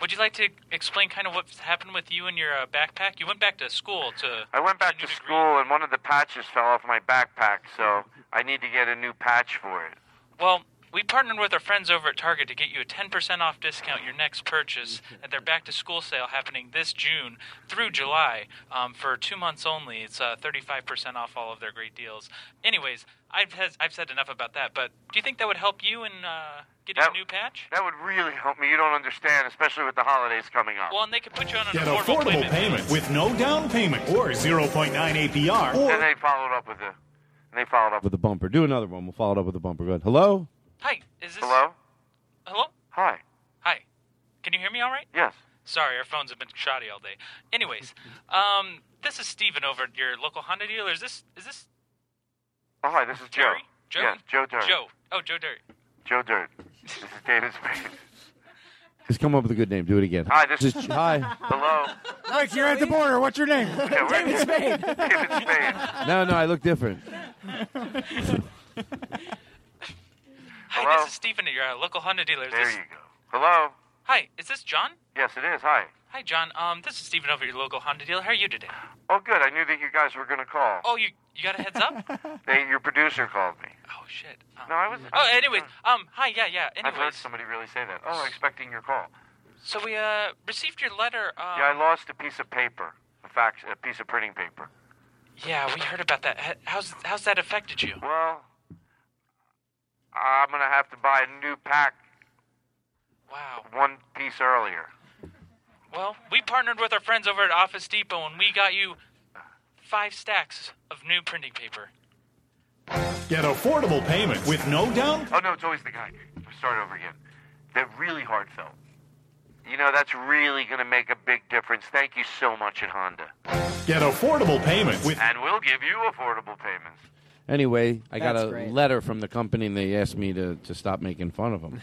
Would you like to explain kind of what happened with you and your uh, backpack? You went back to school to. I went back to school and one of the patches fell off my backpack, so I need to get a new patch for it. Well, we partnered with our friends over at Target to get you a 10% off discount your next purchase at their back to school sale happening this June through July um, for two months only. It's uh, 35% off all of their great deals. Anyways, I've, has, I've said enough about that, but do you think that would help you in uh, getting That- a new patch? That would really help me. You don't understand, especially with the holidays coming up. Well, and they could put you on an Get affordable, affordable payment. payment with no down payment or 0.9 APR. and they followed up with the. And they followed up. With a bumper. Do another one. We'll follow it up with a bumper. Go ahead. Hello. Hi, is this. Hello? Hello? Hi. Hi. Can you hear me all right? Yes. Sorry, our phones have been shoddy all day. Anyways, um, this is Steven over at your local Honda dealer. Is this. Is this Oh, hi, this is Joe. Jerry? Joe? Yes, Joe Dirt. Joe. Oh, Joe Dirt. Joe Dirt. This is David Spade. Just come up with a good name. Do it again. Hi, this Just- hi. Hello. Rick, you're at the border. What's your name? Yeah, we're- David Spade. David Spade. No, no, I look different. Hi, Hello? this is Stephen at your uh, local Honda dealer. Is There this- you go. Hello? Hi, is this John? Yes, it is. Hi. Hi, John. Um, this is Stephen over at your local Honda dealer. How are you today? Oh, good. I knew that you guys were going to call. Oh, you you got a heads up? They, your producer called me. oh shit. Um, No, I was- Oh, anyways. Um, hi. Yeah, yeah. I've heard Anyways, somebody really say that. Oh, expecting your call. so we uh received your letter. Um, yeah, I lost a piece of paper, a fax, a piece of printing paper. yeah, we heard about that. H- How's how's that affected you? Well, I'm gonna have to buy a new pack. Wow. One piece earlier. Well, we partnered with our friends over at Office Depot, and we got you five stacks of new printing paper. Get affordable payment with no down. Oh no, it's always the guy. Start over again. They're really heartfelt. You know that's really gonna make a big difference. Thank you so much at Honda. Get affordable payment with And we'll give you affordable payments. Anyway, I got That's a great. letter from the company and they asked me to, to stop making fun of them.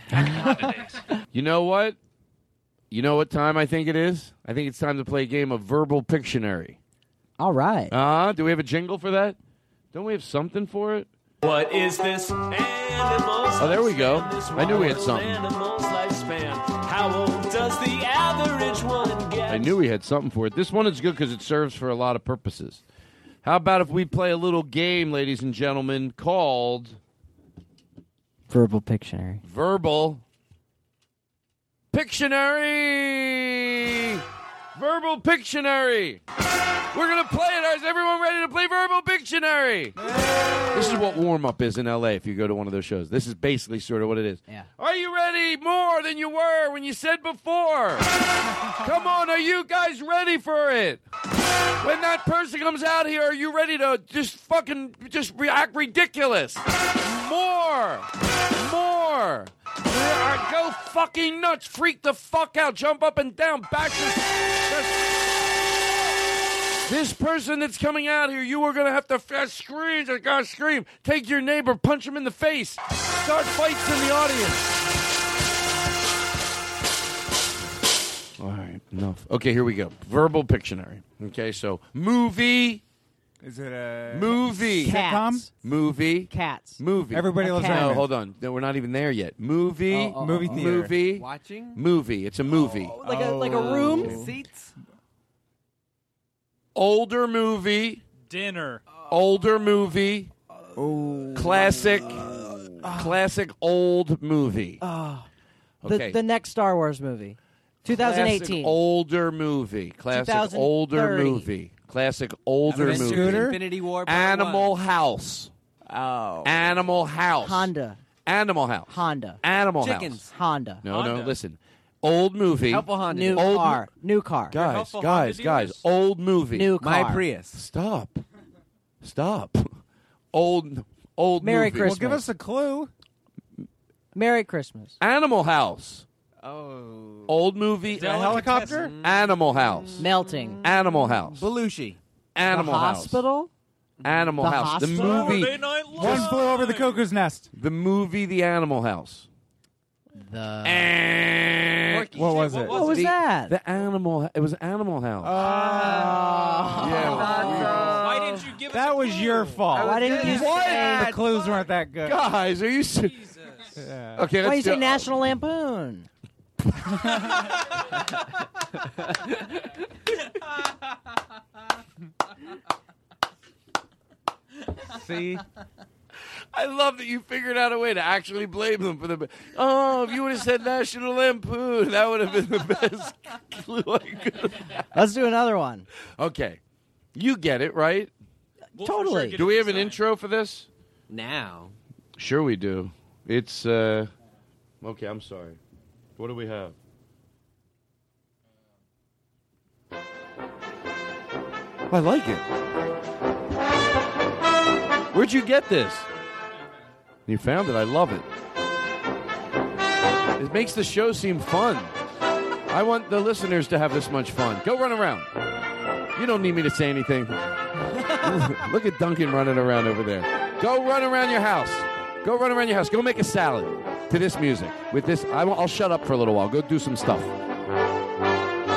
you know what? You know what time I think it is? I think it's time to play a game of verbal Pictionary. All right. Uh, do we have a jingle for that? Don't we have something for it? What is this? Animals. Oh, there we go. lifespan, this I knew we had wild something. Animals lifespan. How old does average one I gets. knew we had something for it. This one is good because it serves for a lot of purposes. How about if we play a little game, ladies and gentlemen, called Verbal Pictionary. Verbal Pictionary! Verbal Pictionary! We're going to play it. Is everyone ready to play Verbal Pictionary? This is what warm up is in LA if you go to one of those shows. This is basically sort of what it is. Yeah. Are you ready more than you were when you said before? Come on, are you guys ready for it? When that person comes out here, are you ready to just fucking just re- act ridiculous? More, more. We are- Go fucking nuts, freak the fuck out, jump up and down, back to. This person that's coming out here, you are gonna have to f- scream, I gotta scream. Take your neighbor, punch him in the face. Start fights in the audience. All right, enough. Okay, here we go. Verbal Pictionary. Okay, so movie. Is it a Movie. Cats. Movie. Cats. Movie. Everybody A loves cat. No, Raymond. hold on. No, we're not even there yet. Movie. Oh, oh, Movie oh, oh. theater. Movie. Watching? Movie. It's a movie. Oh, Like a like Oh. a room. Seats. Older movie. Oh. Dinner. Older movie. Oh. Classic. classic old movie. Oh. The, the next Star Wars movie, 2018. Classic older movie. Classic older 2030. movie. Classic older Avengers movie. Scooter? Infinity War. part Animal one. House. Oh. Animal House. Honda. Animal House. Honda. Animal Chickens. House. Honda. No, no, Honda. listen. Old movie. Helpful Honda New old car. New car. Guys, guys, guys. Old movie. New My car. Prius. Stop. Stop. Old old Merry movie. Christmas. a clue. Merry Christmas. Animal House. Oh. Old movie. that A like a helicopter? Tesla? Animal House. Melting. Animal House. Belushi. Animal the House. hospital. Animal The House. The hospital? movie. Saturday One flew over the cuckoo's nest. The movie The Animal House. The What was it? Oh, What was The- that? The Animal. It was Animal House. Why didn't you give? That was your fault. Why didn't you What? say- the clues weren't that good? Guys, are you? s- Okay, Why let's you say do- National Lampoon? Oh. See, I love that you figured out a way to actually blame them for the. Oh, if you would have said National Lampoon, that would have been the best clue I could have. Let's do another one. Okay, you get it right. totally. Do we have an intro for this? Now. Sure, we do. It's uh, okay. I'm sorry. What do we have? I like it. Where'd you get this? You found it. I love it. It makes the show seem fun. I want the listeners to have this much fun. Go run around. You don't need me to say anything. Look at Duncan running around over there. Go run around your house. Go run around your house. Go make a salad to this music. With this, I will, I'll shut up for a little while. Go do some stuff.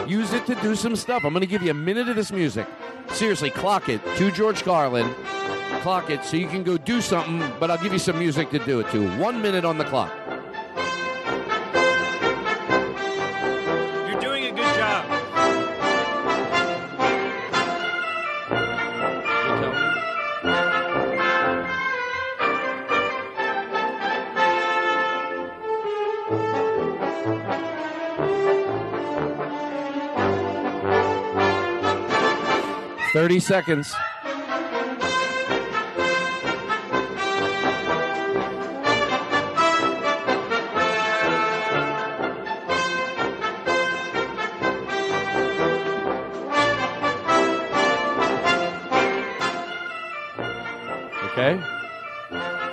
Use it to do some stuff. I'm going to give you a minute of this music. Seriously, clock it to George Carlin. Clock it so you can go do something, but I'll give you some music to do it to. One minute on the clock. You're doing a good job. Thirty seconds. Okay.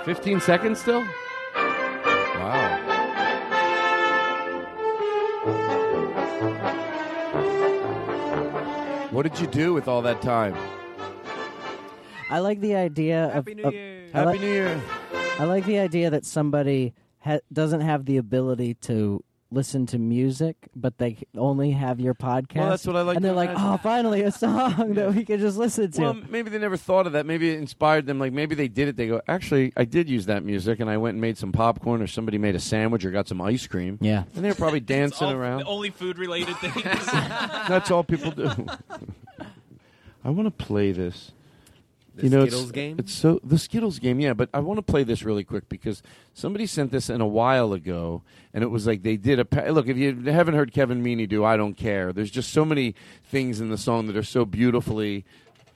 15 seconds still? Wow. What did you do with all that time? I like the idea of Happy New Year. I like, New Year. I like the idea that somebody ha- doesn't have the ability to listen to music, but they only have your podcast. Well, that's what I like And they're to like, imagine. oh, finally a song that we can just listen to. Well, maybe they never thought of that. Maybe it inspired them. Like maybe they did it. They go, actually, I did use that music, and I went and made some popcorn, or somebody made a sandwich, or got some ice cream. Yeah, and they were probably dancing All- around. the only food related things. That's all people do. I want to play this. The Skittles it's, game? It's so the Skittles game, yeah. But I want to play this really quick because somebody sent this in a while ago, and it was like they did a pa- look. If you haven't heard Kevin Meaney do, I don't care. There's just so many things in the song that are so beautifully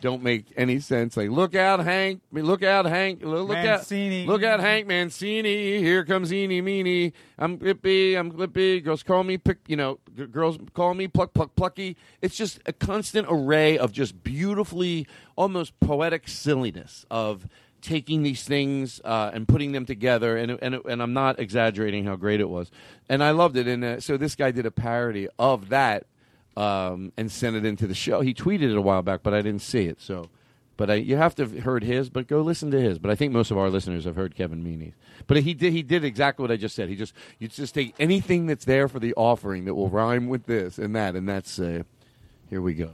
don't make any sense. Like look out, Hank! I mean, Look out, Hank! Look Mancini. out! Look out, Hank Mancini! Here comes Eeny Meeny! I'm Glippy! I'm Glippy! Girls call me pick. You know, g- girls call me pluck pluck plucky. It's just a constant array of just beautifully, almost poetic silliness of taking these things uh, and putting them together. And it- and it- and I'm not exaggerating how great it was. And I loved it. And uh, so this guy did a parody of that um, and sent it into the show. He tweeted it a while back, but I didn't see it. So, but I, you have to have heard his. But go listen to his. But I think most of our listeners have heard Kevin Meaney's. But he did. He did exactly what I just said. He just you just take anything that's there for the offering that will rhyme with this and that, and that's uh, here we go.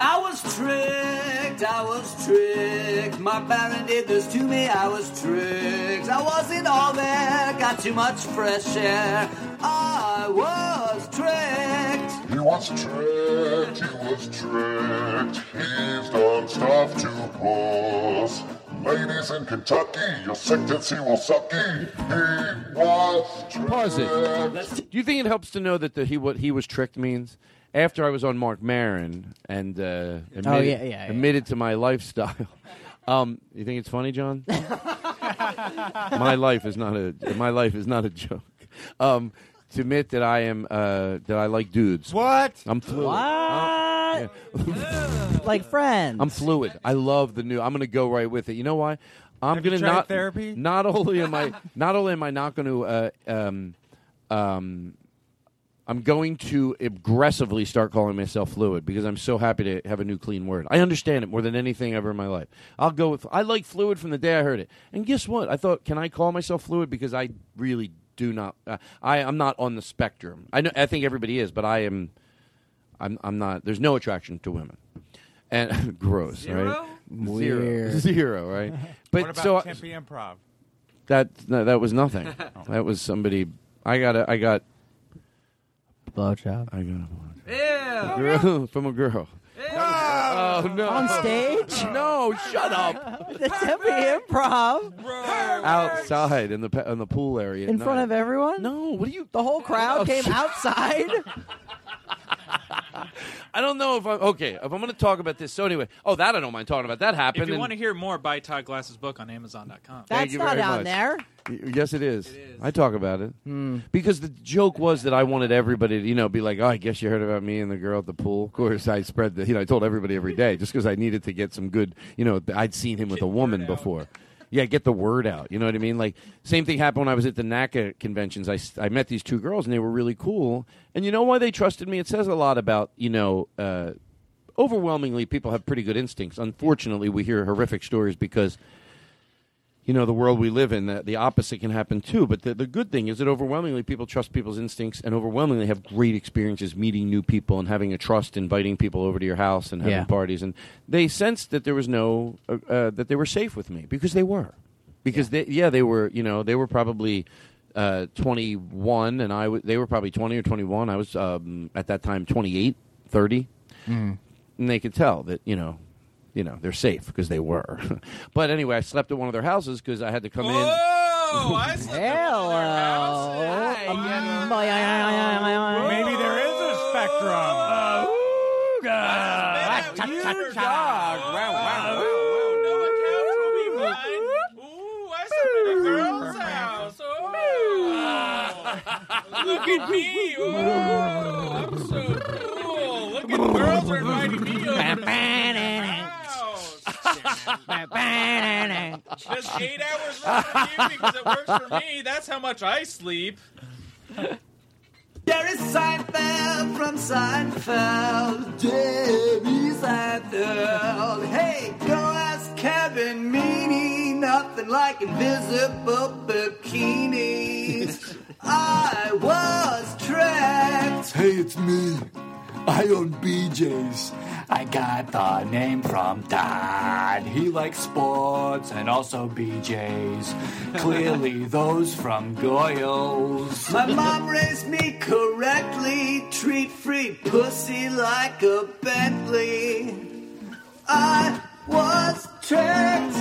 I was tricked, I was tricked. My parent did this to me, I was tricked. I wasn't all there, got too much fresh air. I was tricked. He was tricked, he was tricked. He's done stuff to puss. Ladies in Kentucky, your sentence he will suck ye. He was tricked. Pause it. Do you think it helps to know that the, he what he was tricked means? After I was on Mark Maron and uh, admitted, Oh, yeah, yeah, yeah. admitted to my lifestyle, um, you think it's funny, John? my life is not a my life is not a joke. Um, to admit that I am uh, that I like dudes. What? I'm fluid. Uh, What? like friends. I'm fluid. I love the new. I'm going to go right with it. You know why? I'm Have you going to tried not therapy? Not only am I not only am I not going to. Uh, um, um, I'm going to aggressively start calling myself fluid because I'm so happy to have a new clean word. I understand it more than anything ever in my life. I'll go with I like fluid from the day I heard it. And guess what? I thought, can I call myself fluid because I really do not. Uh, I I'm not on the spectrum. I know I think everybody is, but I am. I'm I'm not. There's no attraction to women, and gross, right? Weird. Zero, zero, right? But what about so I- Tempe Improv? that no, that was nothing. that was somebody. I got a. I got. Blowjob. I got a blowjob. Girl, from a girl. Oh no! On stage? No! Shut up! the Tempe Improv Outside in the pa- in the pool area. at in front night. of everyone. No, what do you? The whole crowd Oh, came shit. outside. I don't know if I'm okay. If I'm going to talk about this, so anyway. Oh, that I don't mind talking about. That happened. if you and- want to hear more, buy Todd Glass's book on Amazon.com. Thank you very much. Y- Yes, it is. Hmm. I talk about it because the joke was that I wanted everybody to, you know, be like, "Oh, I guess you heard about me and the girl at the pool." Of course, I spread the, you know, I told everybody every day just because I needed to get some good, you know, I'd seen him with a woman before. Yeah, get the word out. You know what I mean? Like, same thing happened when I was at the NACA conventions. I, s- I met these two girls and they were really cool. And you know why they trusted me? It says a lot about, you know, uh, overwhelmingly people have pretty good instincts. Unfortunately, we hear horrific stories because you know the world we live in the, the opposite can happen too but the, the good thing is that overwhelmingly people trust people's instincts and overwhelmingly have great experiences meeting new people and having a trust inviting people over to your house and having Yeah. parties and they sensed that there was no uh, uh, that they were safe with me because they were because they yeah they were you know they were probably uh, 21 and i w- they were probably 20 or 21 i was um, at that time 28 30 and they could tell that you know you know they're safe because they were but anyway i slept at one of their houses because i had to come in Oh, I Hello. Maybe there is a spectrum. Uh, Look at me! Oh, I'm so cool. Look at girls are inviting me over. to their house. Just eight hours right here because it works for me. That's how much I sleep. Jerry Seinfeld from Seinfeld. Jerry Seinfeld. Hey, go ask Kevin Meany. Nothing like invisible bikini. I was tricked. Hey, it's me. I own BJ's. I got the name from Todd. He likes sports and also BJ's. Clearly, those from Goyle's. My mom raised me correctly. Treat free pussy like a Bentley. I was tricked.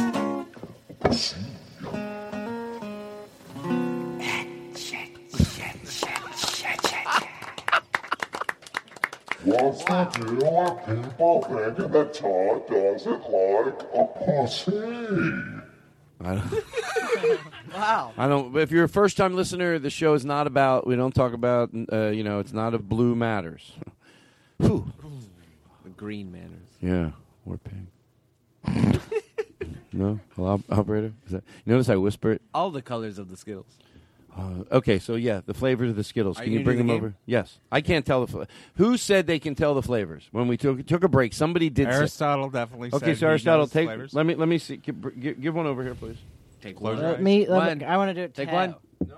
What's the deal with people thinking that Todd doesn't like a pussy? I don't, Wow. I don't. If you're a first time listener, the show is not about. We don't talk about. Uh, you know, it's not of blue matters. Whew. The green manners. Yeah, or pink. no, Hello, op- operator. Is that, you notice I whisper it. All the colors of the Skittles. Uh, okay, so yeah, the flavors of the Skittles. Are Can you you, gonna bring do them the game? over? Yes, I can't tell the. Fl- Who said they can tell the flavors? When we took took a break, somebody did. say- Aristotle definitely Okay, said so he Aristotle, knows the take. flavors. Let me let me see. Give, br- gi- give one over here, please. Take Close Let me- let me- I wanna do it Take tab. one.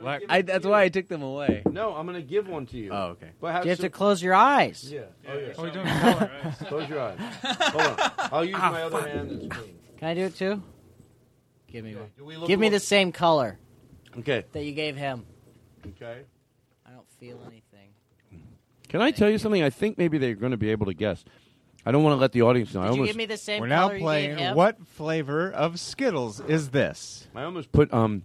No. I, that's why I took them away. No, I'm gonna give one to you. Oh, okay. But how you have so- to close your eyes. Yeah. Oh, yeah. Oh, you don't Close your eyes. Hold on. I'll use Ah, my other hand. That's clean. Can I do it too? Give me Do we one. look Give me cool? the same color Okay. that you gave him. Okay. I don't feel anything. Can I tell you something? I think maybe they're going to be able to guess. I don't want to let the audience know. Did I you almost give me the same We're now color you playing. gave him? What flavor of Skittles is this? I almost put um.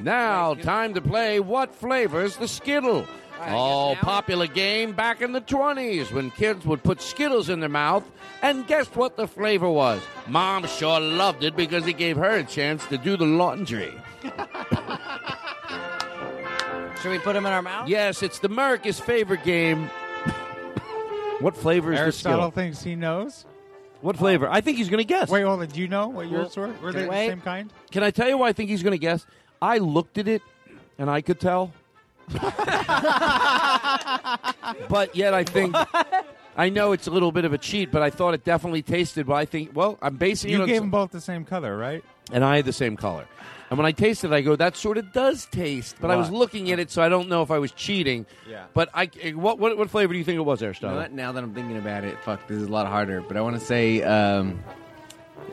Now, time to play What Flavors the Skittle? All popular game back in the 20s when kids would put Skittles in their mouth, and guess what the flavor was? Mom sure loved it because it gave her a chance to do the laundry. Should we put him in our mouth? Yes, it's the America's favorite game. what flavor is Aristotle the Skittle? thinks he knows. What flavor? I think he's going to guess. Um, Wait, hold on. Do you know what yours were? Were they the Wait. same kind? Can I tell you why I think he's going to guess? I looked at it and I could tell. but yet I think I know it's a little bit of a cheat, but I thought it definitely tasted what I think. Well, I'm basing it You on gave some- them both the same color, right? and I had the same color. And when I tasted it, I go, that sort of does taste. But I was Right. looking at it, so I don't know if I was cheating. Yeah. But I, what, what, what flavor do you think it was, You know Aristotle? what? Now that I'm thinking about it, fuck, this is a lot harder. But I want to say um,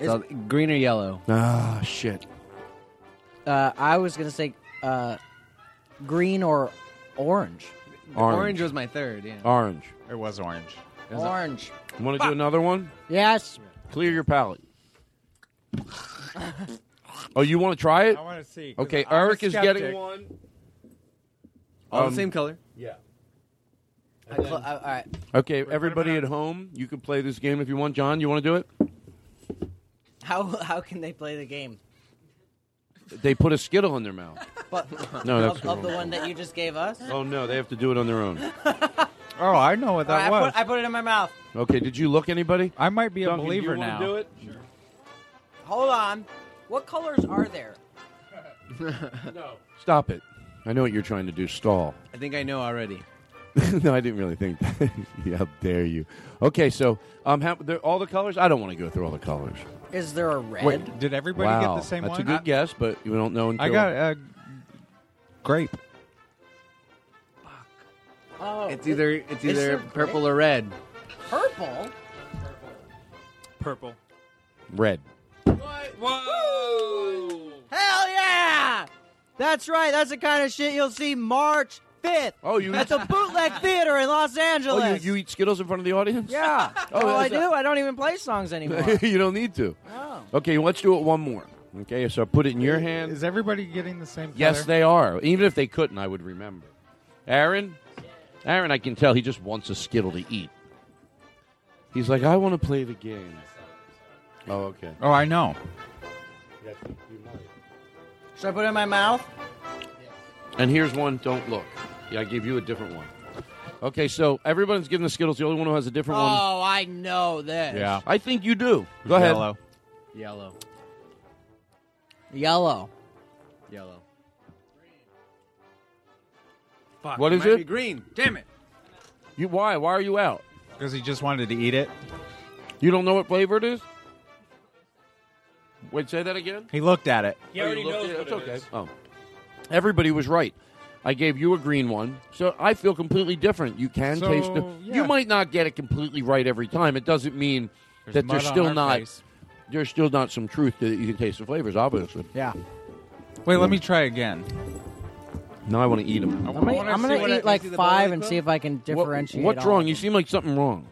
so- green or yellow. Ah, shit. Uh, I was gonna say uh, green or orange. Orange. was my third. Yeah. Orange. It was orange. Orange. Want to do another one? Yes. Clear your palate. oh, you want to try it? I want to see. 'cause Okay, I'm a Eric is getting skeptic. one. All Um, the same color. Yeah. I clo- I- all right. Okay, everybody at home, you can play this game if you want. John, you want to do it? How how can they play the game? They put a Skittle in their mouth. But No, that's of, of the one that you just gave us. Oh, no, they have to do it on their own. Oh, I know what All right, that was. I, put, I put it in my mouth. Okay, did you look anybody? I might be a Duncan, believer you wanna now. do it? Hold on. What colors are there? Stop it. I know what you're trying to do. Stall. I think I know already. no, I didn't really think that. Yeah, How dare you? Okay, so um, how, they're- all the colors? I don't want to go through all the colors. Is there a red? Wait, did everybody wow, get the same that's one? a good guess, but you don't know until I got uh, a grape. Oh, It's either it's Is there either purple or red. purple. Purple. red. Hell yeah! That's right. That's the kind of shit you'll see March 5th. Oh, you at the Bootleg Theater in Los Angeles. Oh, you, you eat Skittles in front of the audience? yeah. Oh, Oh, I that's a- do. I don't even play songs anymore. you don't need to. Oh. Okay, let's do it one more. Okay, so I put it in your hand. Is everybody getting the same color? Yes, they are. Even if they couldn't, I would remember. Aaron? Aaron, I can tell he just wants a Skittle to eat. He's like, I want to play the game. Oh, okay. Oh, I know. Should I put it in my mouth? And here's one, don't look. Yeah, I gave you a different one. Okay, so everyone's giving the Skittles. The only one who has a different one. Oh, I know this. Yeah. I think you do. Go ahead. Yellow. Yellow. Yellow. Yellow. Fuck. What it is might it? Be green. Damn it. You, why? Why are you out? Because he just wanted to eat it. You don't know what flavor it is? Wait, say that again? He looked at it. He already Oh, you knows looked- yeah, what that's it okay. is. Oh. Everybody was right. I gave you a green one, so I feel completely different. You can So, taste it. yeah. You might not get it completely right every time. It doesn't mean There's that mud there's on still our not face. there's still not some truth to that you can taste the flavors. Obviously, Yeah. Wait, let me try again. Now I want to eat them. I'm gonna, I'm gonna eat like five and see if I can differentiate. What's all. wrong? You seem like something wrong.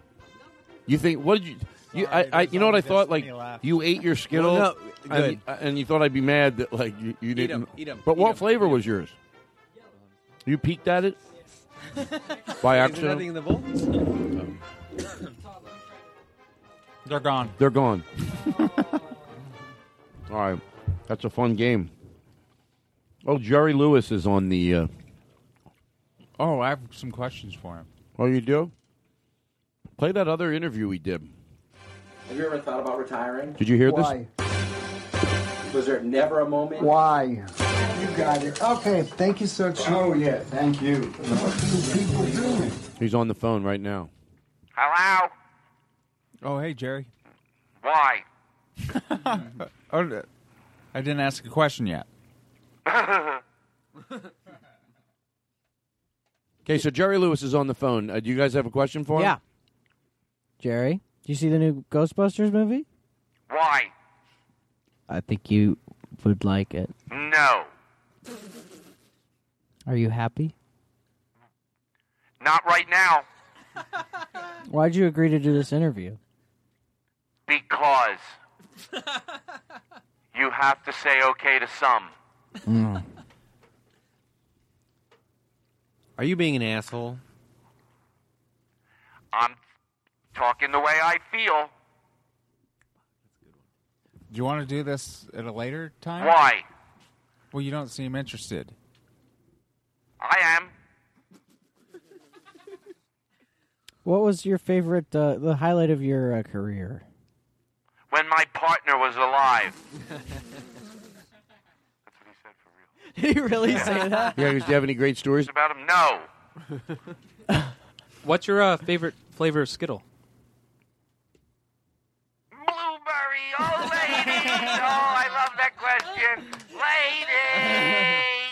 You think? What did you? You, I, I, you know what I thought? Like you ate your Skittle, Well, no, and, and you thought I'd be mad that like you, you Eat 'em, didn't. eat 'em, but eat what 'em, flavor was yours? You peeked at it by Is accident. there nothing in the bowl? They're gone. They're gone. All right, that's a fun game. Oh, Jerry Lewis is on the. Uh, Oh, I have some questions for him. oh, you do? Play that other interview we did. Have you ever thought about retiring? Did you hear Why? this? Was there never a moment? Why? You got it. Okay, thank you so much. Oh, yeah, thank you. He's on the phone right now. Hello? Oh, hey, Jerry. Why? Oh, I didn't ask a question yet. Okay, so Jerry Lewis is on the phone. Uh, do you guys have a question for him? Yeah. Jerry? Do you see the new Ghostbusters movie? Why? I think you would like it. No. Are you happy? Not right now. Why'd you agree to do this interview? Because you have to say okay to some. Are you being an asshole? I'm talking the way I feel. Do you want to do this at a later time? Why? Well, you don't seem interested. I am. What was your favorite, uh, the highlight of your uh, career? When my partner was alive. He really said that? Yeah, do you have any great stories about him? No. What's your uh, favorite flavor of Skittle? Blueberry, oh lady, oh I love that question, lady,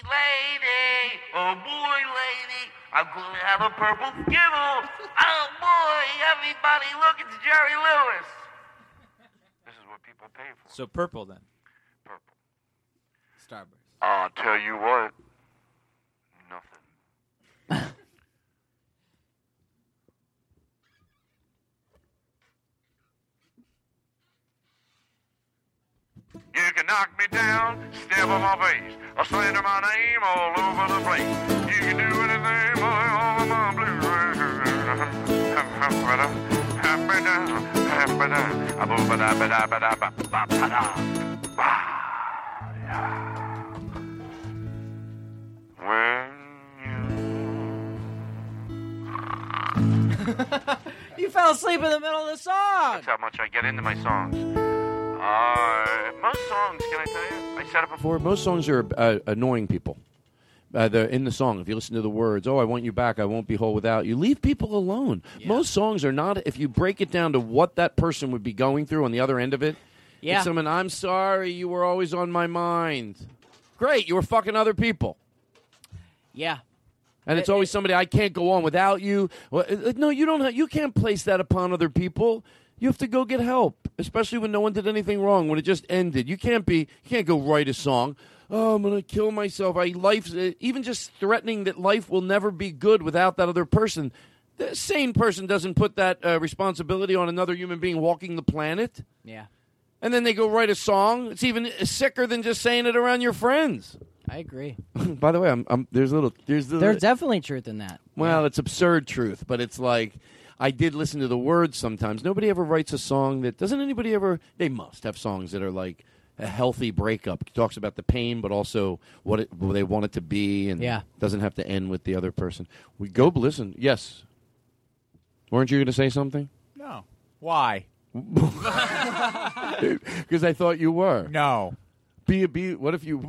lady, oh boy, lady, I'm gonna have a purple skittle. Oh boy, everybody, look, it's Jerry Lewis. This is what people pay for. So purple then. Purple. Starburst. I'll tell you what. Nothing. You can knock me down, stamp on my face, or slander my name all over the place. You can do anything, boy, all of my blues. uh, you fell asleep in the middle of the song. That's how much I get into my songs. Uh, most songs, can I tell you? I set up a For most songs are uh, annoying people. Uh, they're in the song. If you listen to the words, "Oh, I want you back. I won't be whole without you," leave people alone. Most songs are not. If you break it down to what that person would be going through on the other end of it, Yeah. it's someone. I'm sorry, you were always on my mind. Great, you were fucking other people. Yeah. And it's always somebody I can't go on without you. Well, it- it- No, you don't. Have, you can't place that upon other people. You have to go get help, especially when no one did anything wrong. When it just ended, you can't be. You can't go write a song. Oh, I'm gonna kill myself. I life. uh, Even just threatening that life will never be good without that other person. The sane person doesn't put that uh, responsibility on another human being walking the planet. Yeah. And then they go write a song. It's even uh, sicker than just saying it around your friends. I agree. By the way, I'm, I'm there's a little there's a There's definitely truth in that. well, it's absurd truth, but it's like I did listen to the words sometimes. Nobody ever writes a song that doesn't anybody ever they must have songs that are like a healthy breakup. It talks about the pain but also what, it, what they want it to be and Yeah. doesn't have to end with the other person. We go listen. Yes. Weren't you going to say something? No. Why? Because I thought you were. No. Be a be. What if you?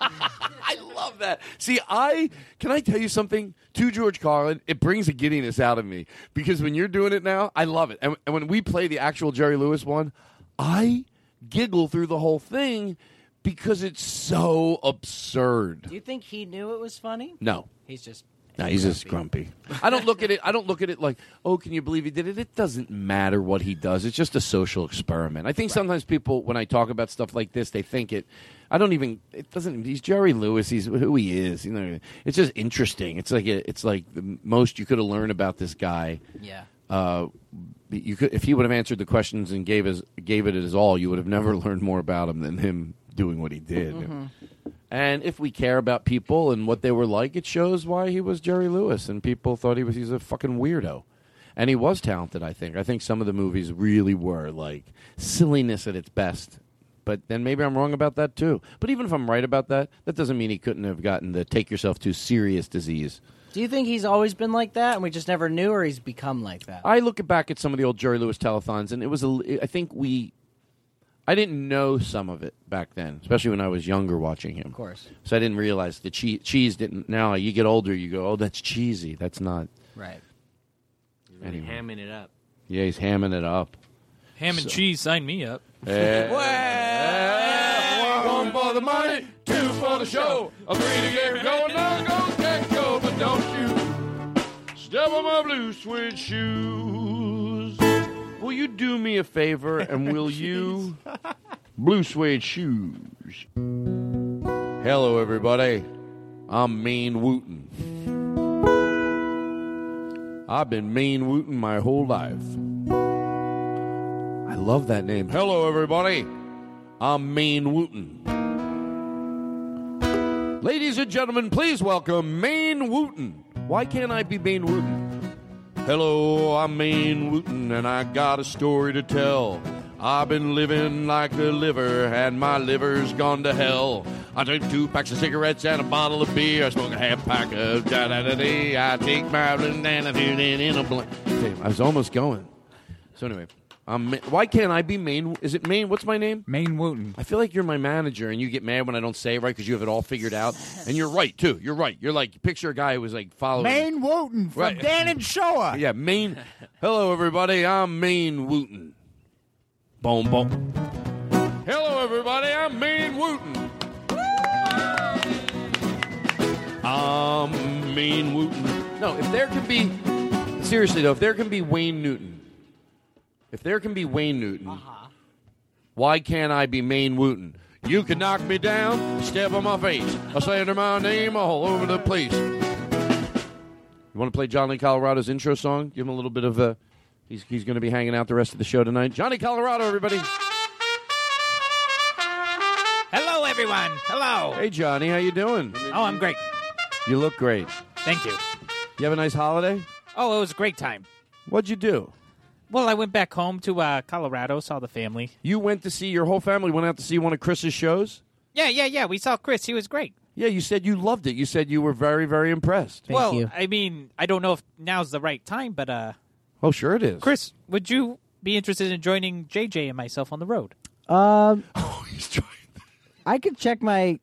I love that. See, I can I tell you something to George Carlin. It brings a giddiness out of me because when you're doing it now, I love it. And, and when we play the actual Jerry Lewis one, I giggle through the whole thing because it's so absurd. Do you think he knew it was funny? No. He's just. No, he's just grumpy. I don't look at it. I don't look at it like, oh, can you believe he did it? It doesn't matter what he does. It's just a social experiment. I think sometimes people, when I talk about stuff like this, they think it. I don't even. It doesn't. He's Jerry Lewis. He's who he is. You know, it's just interesting. It's like a, it's like the most you could have learned about this guy. Yeah. Uh, you could if he would have answered the questions and gave his gave it his all, you would have never learned more about him than him doing what he did. Mhm. And if we care about people and what they were like, it shows why he was Jerry Lewis and people thought he was he's a fucking weirdo. And he was talented, I think. I think some of the movies really were like silliness at its best. But then maybe I'm wrong about that too. But even if I'm right about that, that doesn't mean he couldn't have gotten the take yourself too serious disease. Do you think he's always been like that, and we just never knew, or he's become like that? I look back at some of the old Jerry Lewis telethons, and it was a. I think we, I didn't know some of it back then, especially when I was younger watching him. Of course. so I didn't realize the cheese, cheese didn't. Now you get older, you go, oh, that's cheesy. That's not. Right. Anyway. hamming it up. Yeah, he's hamming it up. Ham and cheese, sign me up. Eh. One for the money, two for the show, a three to get going. Now go, get go, but don't you step on my blue suede shoes. Will you do me a favor and will you blue suede shoes? Hello, everybody. I'm Mean Wootin. I've been Mean Wootin my whole life. I love that name. Hello, everybody. I'm Mean Wootin. Ladies and gentlemen, please welcome Maine Wooten. Why can't I be Maine Wooten? Hello, I'm Maine Wooten, and I got a story to tell. I've been living like a liver, and my liver's gone to hell. I take two packs of cigarettes and a bottle of beer. I smoke a half pack of da da da da. I take my banana and it in a blank. I was almost going. So anyway, I'm, Ma- why can't I be Maine? Is it Maine? What's my name? Maine Wooten. I feel like you're my manager, and you get mad when I don't say it right because you have it all figured out. And you're right too. You're right. You're like picture a guy who was like following. Maine Wooten from Right. Dan and Shoah. Yeah, Maine. Hello, everybody. I'm Maine Wooten. Boom, boom. Hello, everybody. I'm Maine Wooten. I'm Um, Maine Wooten. No, if there can be, seriously though, if there can be Wayne Newton, if there can be Wayne Newton, why can't I be Maine Wooten? You can knock me down, step on my face. I slander my name all over the place. You want to play Johnny Colorado's intro song? Give him a little bit of a. He's, he's going to be hanging out the rest of the show tonight. Johnny Colorado, everybody. Hello, everyone. Hello. Hey, Johnny, how you doing? Oh, I'm great. You look great. Thank you. You have a nice holiday. Oh, it was a great time. What'd you do? Well, I went back home to uh, Colorado, saw the family. You went to see your whole family went out to see one of Chris's shows. Yeah, yeah, yeah. We saw Chris. He was great. Yeah, you said you loved it. You said you were very very impressed. well, I mean, I don't know if now's the right time, but uh, oh sure it is. Chris, would you be interested in joining JJ and myself on the road? Um, Oh, I could check my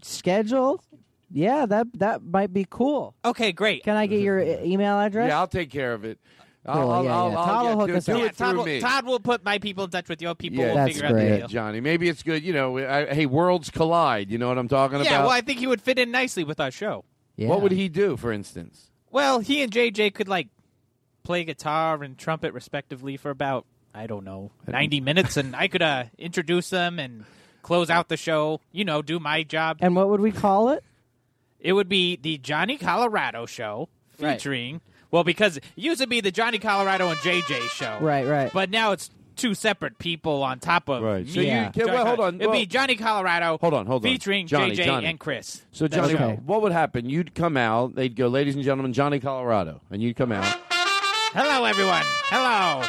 schedule. Yeah, that that might be cool. Okay, great. Can I get your e- email address? Yeah, I'll take care of it. Cool, I'll, I'll, yeah, I'll, yeah. I'll Todd will get- hook do, us do up. yeah, it through Todd will, me. Todd will put my people in touch with your people. we'll That's figure out the great, deal. Johnny. Maybe it's good. You know, I, hey, worlds collide. You know what I'm talking Yeah, about? well, I think he would fit in nicely with our show. What would he do, for instance? Well, he and JJ could like play guitar and trumpet respectively for about I don't know Uh, ninety minutes, and I could uh, introduce them and close out the show. You know, do my job. And what would we call it? It would be the Johnny Colorado show Right. featuring. Well, because it used to be the Johnny Colorado and JJ show, Right, right. But now it's two separate people on top of right. So you- okay, well, hold on, It'd well- be Johnny Colorado. Hold on, hold on. Featuring Johnny, JJ Johnny. and Chris. So, That's Johnny, the show. what would happen? You'd come out. They'd go, ladies and gentlemen, Johnny Colorado, and you'd come out. hello everyone. Hello.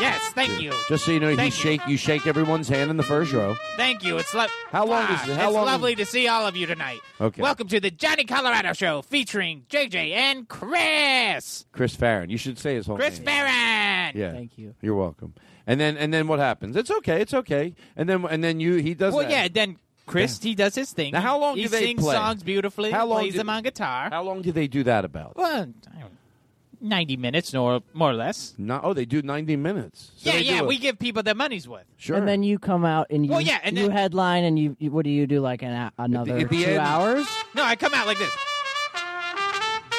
Yes, thank you. Just so you know, he Thank shake you shake everyone's hand in the first row. Thank you. It's lo- How long Ah, is it? How it's long- lovely to see all of you tonight. Okay. Welcome to the Johnny Colorado Show featuring JJ and Chris. Chris Farron. You should say his whole Chris name. Barron. Yeah. Thank you. You're welcome. And then and then what happens? It's okay. It's okay. And then and then you he does. Well, that. yeah. Then Chris, he does his thing. Now, how long he do they sings play? songs beautifully? How long plays do- them on guitar. How long do they do that about? Well, I don't- 90 minutes, nor more or less. No, oh, they do 90 minutes. So yeah, they do yeah, a- we give people their money's worth. And then you come out and you, Well, yeah, and you headline and you, you what do you do like an, a- another at the two end- hours? No, I come out like this.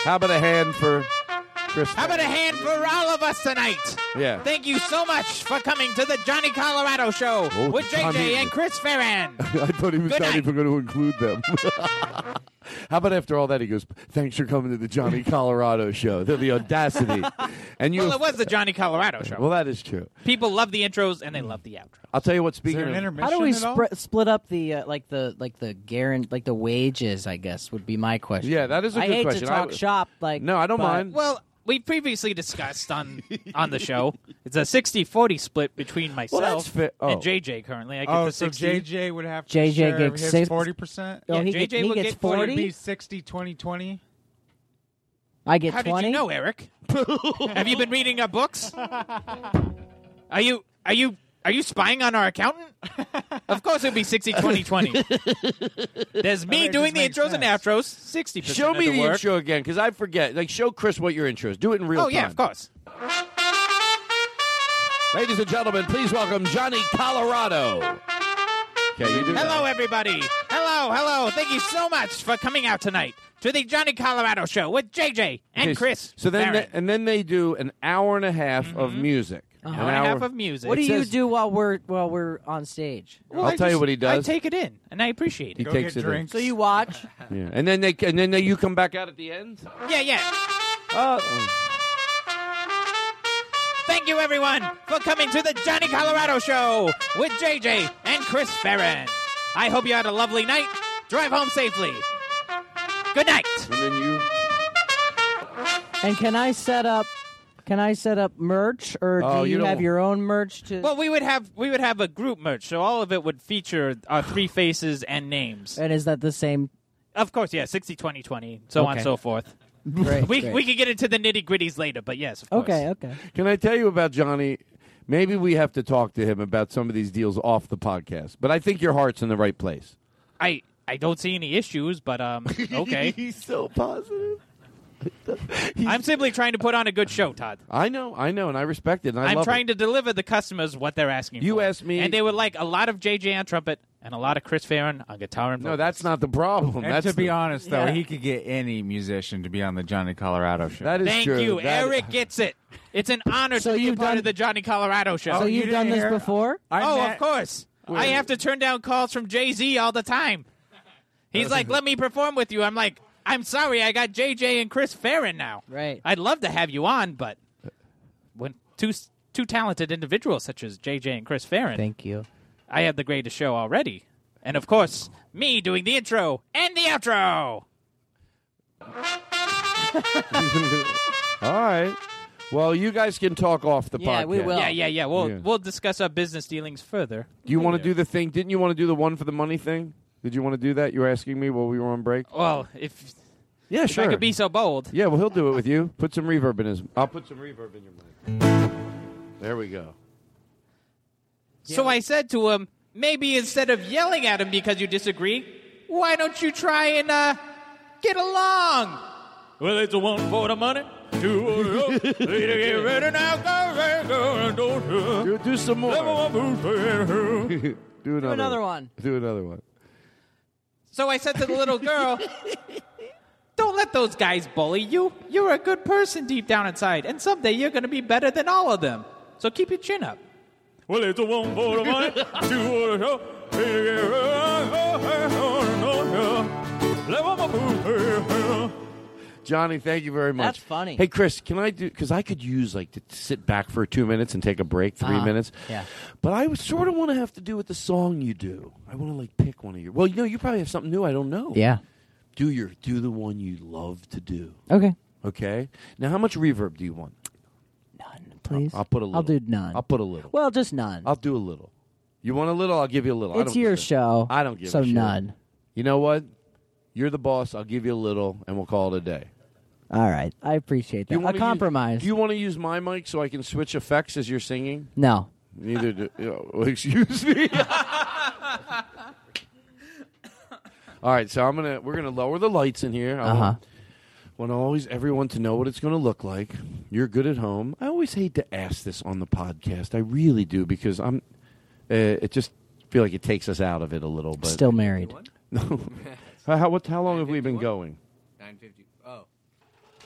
How about a hand for Chris? How about a hand for all of us tonight? Yeah. Thank you so much for coming to the Johnny Colorado Show Oh, with JJ Johnny. and Chris Ferran. I thought he was Good not night. even going to include them. How about after all that, he goes, "Thanks for coming to the Johnny Colorado show." The, the audacity, and you. Well, it was the Johnny Colorado Show. Well, that is true. People love the intros and they love the outro. I'll tell you what. Speaking of How do we spri- split up the uh, like the like the guarant like the wages? I guess would be my question. Yeah, that is a I good hate question. to I talk w- shop. Like No, I don't but- mind. Well, we previously discussed on on the show it's a 60-40 split between myself that's fair. and Oh. JJ currently. I get Oh, the so 60. JJ would have to JJ share gets his six- 40%? Oh, he JJ he will gets get Would it 40? be 60, 20, 20? I get How twenty. did you know, Eric? have you been reading our books? Are you are you are you spying on our accountant? Of course it'd be 60 20 20. There's me doing the intros and outros, 60% Show of me the, the work. intro again, because I forget. Like, show Chris what your intro is. Do it in real oh time. yeah, of course. Ladies and gentlemen, please welcome Johnny Colorado. Okay, you do that. Hello, everybody. Hello, hello. Thank you so much for coming out tonight to the Johnny Colorado Show with JJ and Okay, s- Chris. So then, Barron. they, and then they do an hour and a half of music. An hour and a half of music. What do It you says- do while we're while we're on stage? Well, I'll I tell you just- what he does. I take it in, and I appreciate it. He Go takes get it in. drinks. So you watch. Yeah. And then they, and then they, you come back out at the end. Yeah, yeah. Uh, Thank you, everyone, for coming to the Johnny Colorado Show with JJ and Chris Barron. I hope you had a lovely night. Drive home safely. Good night. and then you. And can I set up? Can I set up merch, or do Oh, you you, don't- have your own merch to? Well, we would have we would have a group merch, so all of it would feature our three faces and names. and is that the same? Of course, yeah, 60 20 20, so on Okay. and so forth. Great, we great. we could get into the nitty gritties later, but yes, of course. Okay, okay. Can I tell you about Johnny? Maybe we have to talk to him about some of these deals off the podcast. But I think your heart's in the right place. I I don't see any issues, but um okay. He's so positive. I'm simply trying to put on a good show, Todd. I know, I know, and I respect it. And I I'm love trying it. to deliver the customers what they're asking for. You asked me- And they would like a lot of JJ on trumpet and a lot of Chris Farron on guitar and No, that's not the problem. And That's to be the- honest, though, Yeah. he could get any musician to be on the Johnny Colorado show. That Thank you. Eric gets it. It's an honor to be a part of the Johnny Colorado show. Oh, so you've done this before? oh, of course. I have to turn down calls from Jay Z all the time. He's like, let me perform with you. I'm like, I'm sorry, I got JJ and Chris Farron now. Right. I'd love to have you on, but when two two talented individuals such as JJ and Chris Farron, Thank you. I have the greatest show already. And of course, me doing the intro and the outro. All right. Well, you guys can talk off the podcast. Yeah, yeah, yeah. We'll Yeah. we'll discuss our business dealings further. Do you want to do the thing? Didn't you want to do the one for the money thing? Did you want to do that? You were asking me while we were on break. Well, if Yeah, if sure. I could be so bold. Yeah, well, he'll do it with you. Put some reverb in his. I'll put some reverb in your mic. There we go. So I said to him, maybe instead of yelling at him because you disagree, why don't you try and uh, get along? Well, it's a one for the money, two for the three to get ready now, go, go, go, and don't do, do some more. do another, another one. Do another one. So I said to the little girl, Don't let those guys bully you. You're a good person deep down inside, and someday you're going to be better than all of them. So keep your chin up. Well, it's a one for the money, two for the show. Johnny, thank you very much. That's funny. Hey, Chris, can I do? Because I could use like to sit back for two minutes and take a break, 3 Uh-huh. minutes. Yeah. But I sort of want to have to do with the song you do. I want to like pick one of your. Well, you know, you probably have something new. I don't know. Yeah. Do your do the one you love to do. Okay. Okay. Now, how much reverb do you want? None, please. I'll, I'll put a little. I'll do none. I'll put a little. Well, just none. I'll do a little. You want a little? I'll give you a little. I it's don't your give a- show. I don't give so a shit. none. You know what? You're the boss. I'll give you a little, and we'll call it a day. All right, I appreciate that. You A wanna compromise. Use, do you want to use my mic so I can switch effects as you're singing? no. Neither do. oh, excuse me. All right, so I'm gonna we're gonna lower the lights in here. I Uh-huh. won't- want always everyone to know what it's going to look like. You're good at home. I always hate to ask this on the podcast. I really do because I'm. Uh, it just feel like it takes us out of it a little. But Still married. No. how, how what? How long have we been going? Nine fifty. Oh,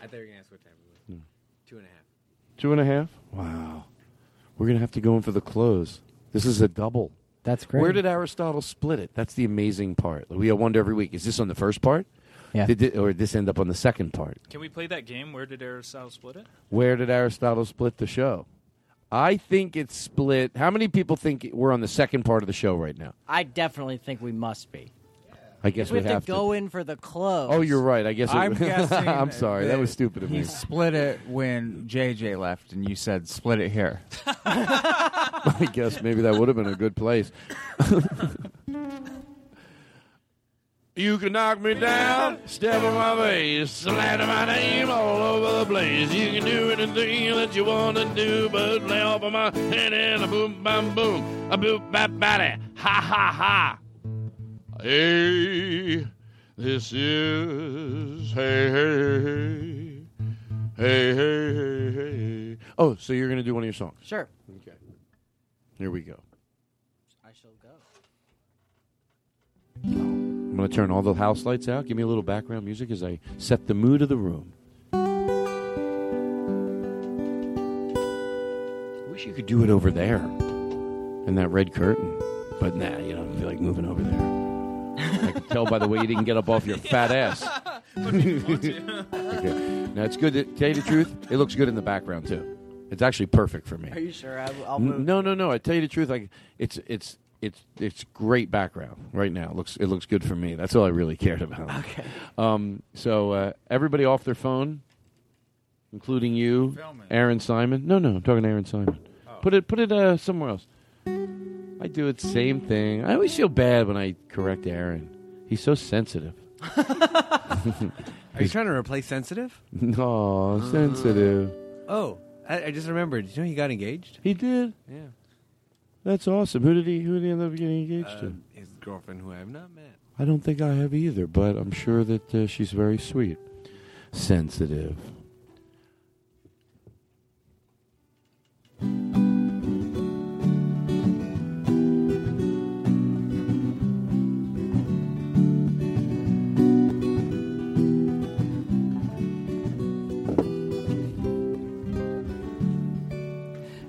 I thought you were gonna ask what time it was. Hmm. Two and a half. Two and a half. Wow. We're gonna have to go in for the close. This is a double. That's great. Where did Aristotle split it? That's the amazing part. We wonder every week. Is this on the first part? Yeah. Did thi- or did this end up on the second part? Can we play that game? Where did Aristotle split it? Where did Aristotle split the show? I think it's split. How many people think we're on the second part of the show right now? I definitely think we must be. I guess we we'd have, have to go in for the close. Oh, you're right. I guess. I'm it, guessing. I'm sorry. That was stupid of He me. split it when JJ left, and you said split it here. I guess maybe that would have been a good place. You can knock me down, step on my face, slander my name all over the place. You can do anything that you want to do, but lay off of my head and a boom, bam, boom, a boop, bap, batty. Ha, ha, ha. Hey, this is hey, hey, hey, hey, hey, hey, hey. Oh, so you're going to do one of your songs. Sure. Okay. Here we go. I shall go. I'm going to turn all the house lights out. Give me a little background music as I set the mood of the room. Wish you could do it over there in that red curtain. But nah, you don't feel like moving over there. I can tell by the way you didn't get up off your fat ass. okay. Now, it's good. To, tell you the truth, it looks good in the background, too. It's actually perfect for me. Mm. Are you sure? I, will N- move. No, no, no. I tell you the truth, like it's it's it's it's great background right now. It looks it looks good for me. That's all I really cared about. Okay. Um, so uh, everybody off their phone, including you, Aaron Simon. No, no, I'm talking to Aaron Simon. Put it put it uh, somewhere else. I do it same thing. I always feel bad when I correct Aaron. He's so sensitive. Are you trying to replace sensitive? No, sensitive. Oh, I, I just remembered. Did you know he got engaged? He did. Yeah. That's awesome. Who did he who did he end up getting engaged Uh, to? his girlfriend, who I have not met. I don't think I have either, but I'm sure that uh, she's very sweet, sensitive.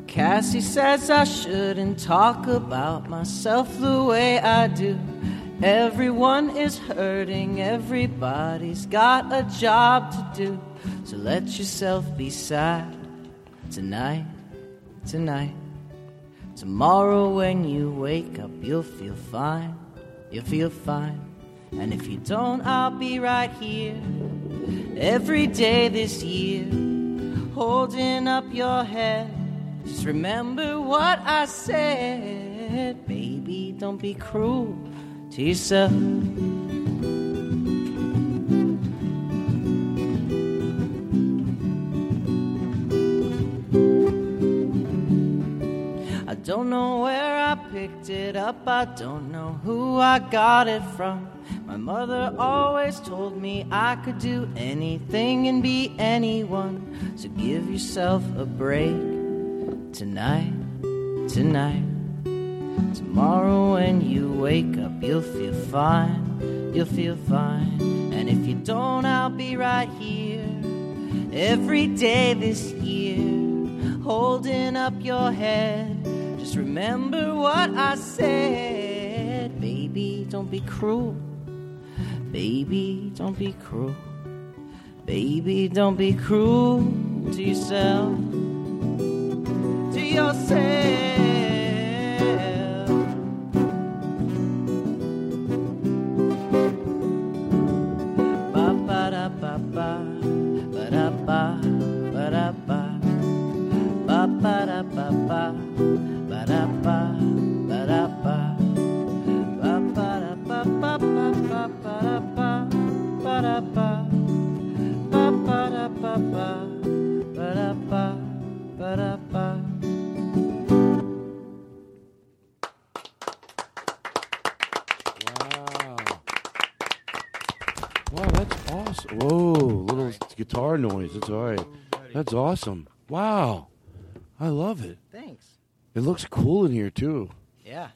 Cassie says I shouldn't talk about myself the way I do. Everyone is hurting, everybody's got a job to do. So let yourself be sad tonight, tonight. Tomorrow when you wake up, you'll feel fine, you'll feel fine. And if you don't, I'll be right here every day this year, holding up your head. Just remember what I said, baby. Don't be cruel to yourself. I don't know where I picked it up. I don't know who I got it from. My mother always told me I could do anything and be anyone. So give yourself a break tonight, tonight. Tomorrow when you wake up, you'll feel fine, you'll feel fine. And if you don't, I'll be right here every day this year, holding up your head. Just remember what I said, baby, don't be cruel. Baby, don't be cruel. Baby, don't be cruel to yourself to yourself. Ba ba da ba ba, ba da ba, ba da ba, ba ba da ba ba, ba da ba, ba da ba, ba ba da ba ba ba ba ba da ba, ba da ba, ba ba da ba ba, ba da ba, ba da ba. Wow, that's awesome. awesome. Whoa, little guitar noise. That's all right. That's awesome. Wow. I love it. Thanks. It looks cool in here, too. Yeah.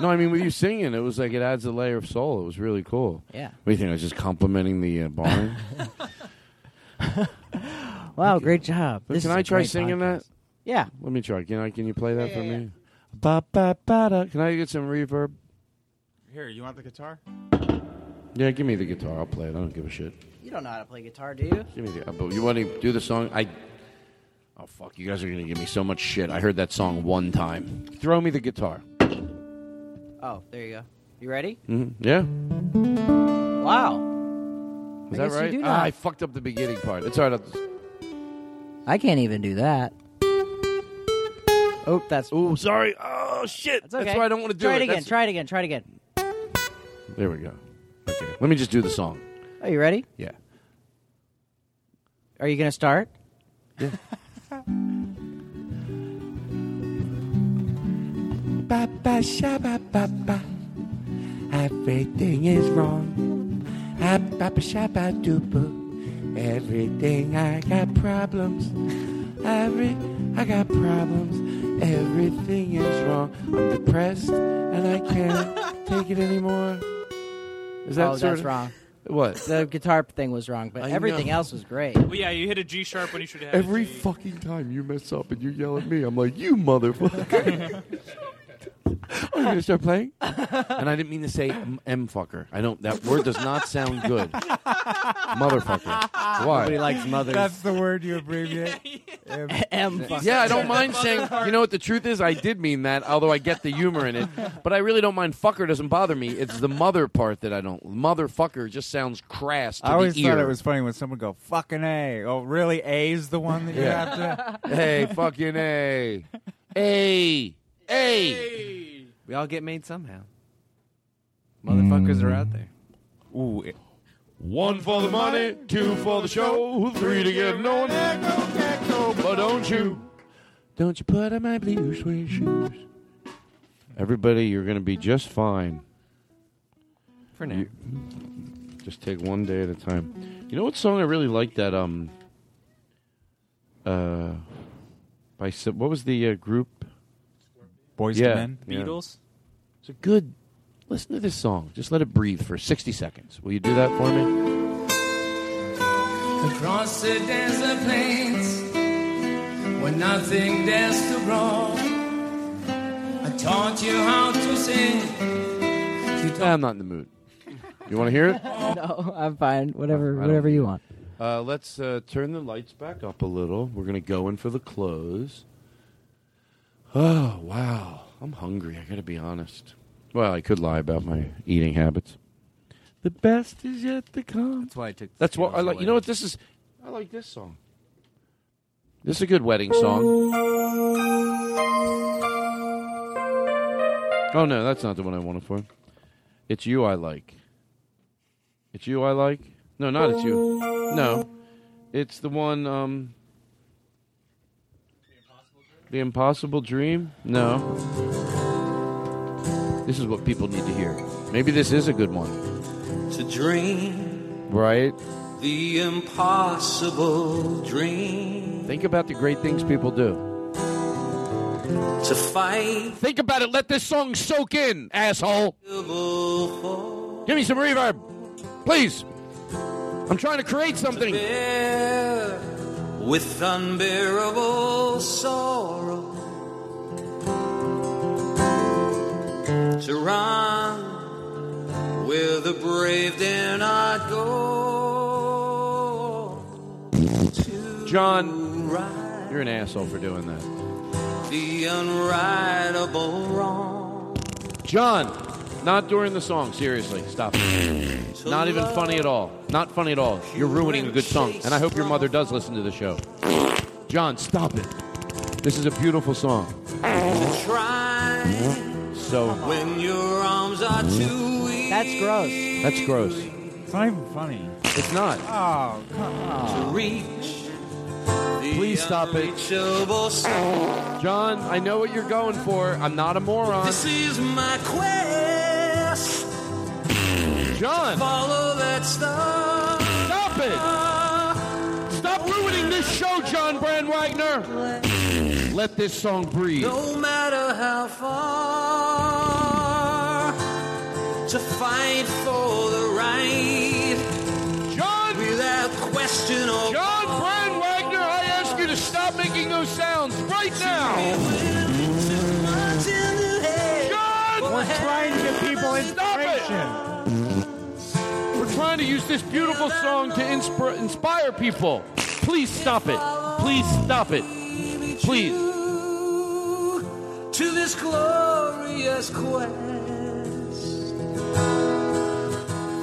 No, I mean, with you singing, it was like it adds a layer of soul. It was really cool. Yeah. What do you think? I was just complimenting the uh, barn? Wow, great job. But This can is I a try great singing podcast. that? Yeah. Let me try. Can I? Can you play that for me? Ba ba ba da. Can I get some reverb? Here, you want the guitar? Yeah, give me the guitar. I'll play it. I don't give a shit. You don't know how to play guitar, do you? Give me the. uh, But you want to do the song? I. Oh fuck! You guys are gonna give me so much shit. I heard that song one time. Throw me the guitar. Oh, there you go. You ready? hmm Yeah. Wow. Is I that guess you right? do Ah, know. I fucked up the beginning part. It's all right. I'll- I can't even do that. Oh, that's. Oh, sorry. Oh shit. That's, okay. why I don't want to do try it. it again. That's- Try it again. Try it again. There we go. Okay. Let me just do the song. Are you ready? Yeah. Are you gonna start? Yeah. ba ba sha ba ba ba. Everything is wrong. Ah, ba ba sha ba doo boo. Everything I got problems. Every I got problems. Everything is wrong. I'm depressed and I can't take it anymore. Is that oh, sort that's of- wrong. What? The guitar thing was wrong, but I everything know. else was great. Well, yeah, you hit a G sharp when you should have. Every fucking time you mess up and you yell at me, I'm like, you motherfucker. Are you going to start playing? And I didn't mean to say M, M fucker. I don't, that word does not sound good. Motherfucker. Why? Nobody likes mothers. That's the word you abbreviate. M. Yeah, I don't mind saying, you know what the truth is? I did mean that, although I get the humor in it. But I really don't mind. Fucker doesn't bother me. It's the mother part that I don't. Motherfucker just sounds crass to I always the thought ear. it was funny when someone go fucking a. Oh, really? A's the one that you Yeah. have to. hey, fucking A. A. A. We all get made somehow. Motherfuckers are out there. Ooh. One for the money, two for the show, three to get known. But don't you, don't you put on my blue suede shoes. Everybody, you're going to be just fine. For now. You- just take one day at a time. You know what song I really like that um uh by Sy- what was the uh, group? Boys yeah, to Men? yeah. Beatles? It's a good. Listen to this song. Just let it breathe for 60 seconds. Will you do that for me? Across the desert plains, where nothing dares to grow, I taught you how to sing. I'm not in the mood. You want to hear it? no, I'm fine. Whatever, I don't- whatever you want. Uh, let's uh, turn the lights back up a little. We're going to go in for the close. Oh, wow. I'm hungry. I got to be honest. Well, I could lie about my eating habits. The best is yet to come. That's why I took. That's what I like. You know what? This is I like this song. this is a good wedding song. Oh no, that's not the one I wanted for. It's you I like. It's you I like. No, not it's you. No, it's the one. Um, the impossible dream. No. This is what people need to hear. Maybe this is a good one, To dream right? the impossible dream, Think about the great things people do. to fight Think about it. Let this song soak in, asshole. Give me some reverb, please. I'm trying to create something. with unbearable sorrow, to run where the brave dare not go. John, you're an asshole for doing that. The unrightable wrong. John, not during the song. Seriously, stop. it. Not even funny at all. Not funny at all. You're ruining a good song, and I hope your mother does listen to the show. John, stop it. This is a beautiful song. To try So when your arms are too weak. That's gross. that's gross. It's not even funny. It's not. Oh, come on. reach. Please stop it. John, I know what you're going for. I'm not a moron. This is my quest. John. Follow that stop. Stop it! Stop ruining this show, John Brand Wagner! Let this song breathe. No matter how far to fight for the right. John! Without question or John Brand Wagner, I ask you to stop making those sounds right now! John! We're trying to give people inspiration. We're trying to use this beautiful song to inspir- inspire people. Please stop it. Please stop it. Please. to this glorious quest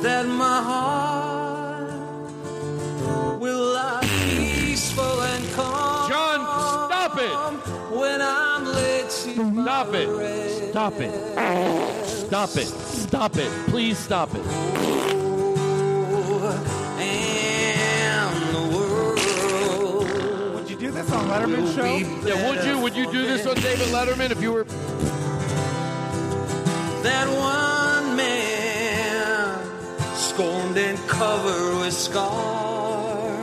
that my heart will lie peaceful and calm. John, stop it! When I'm laid to my Stop it. Stop it. Stop it. Stop it. Please stop it. Would you do this on Letterman show? Yeah, would you? Would you do this on David Letterman if you were? that one man scorned and covered with scars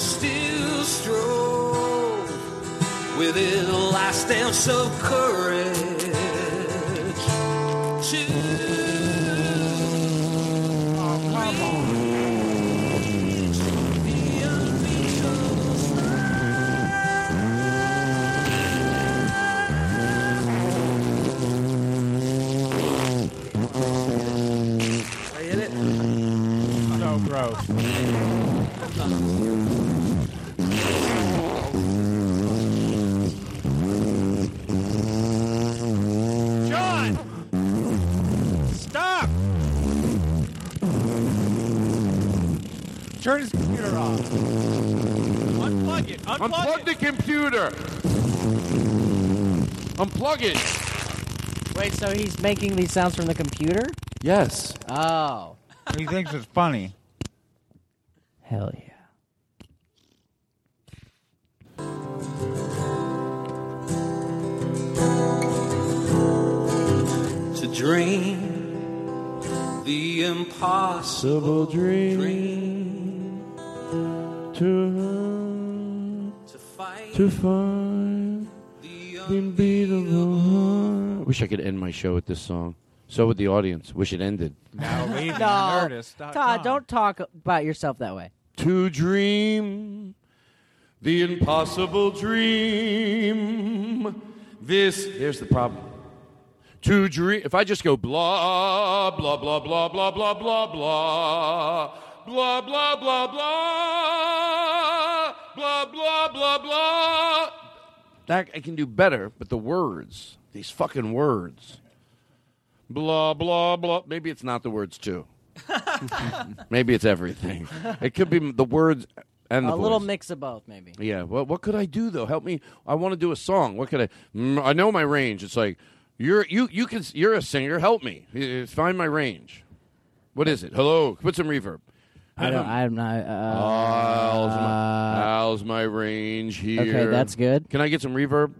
still strove with his last ounce of courage to I hit it. So gross. John! Stop! Turn his computer off. Unplug it. Unplug, the computer. Unplug it. Wait, so he's making these sounds from the computer? Yes. Oh. He thinks it's funny. Hell yeah. to dream the impossible dream, To to find the unbeatable heart. Wish I could end my show with this song. So would the audience. Wish it ended. no, Todd, don't talk about yourself that way. To dream the impossible dream. This here's the problem. To dream. If I just go blah blah blah blah blah blah blah blah blah blah blah blah blah blah blah blah. That I can do better, but the words, these fucking words. Blah blah blah. Maybe it's not the words too. Maybe it's everything. It could be the words and the a little voice. mix of both, maybe. Yeah. What what could I do though? Help me. I want to do a song. What could I? Mm, I know my range. It's like you're you you can you're a singer. Help me. Eh, Find my range. What is it? Hello. Put some reverb. I don't. I'm not. How's, Uh, my, how's my range here? okay, that's good. Can I get some reverb?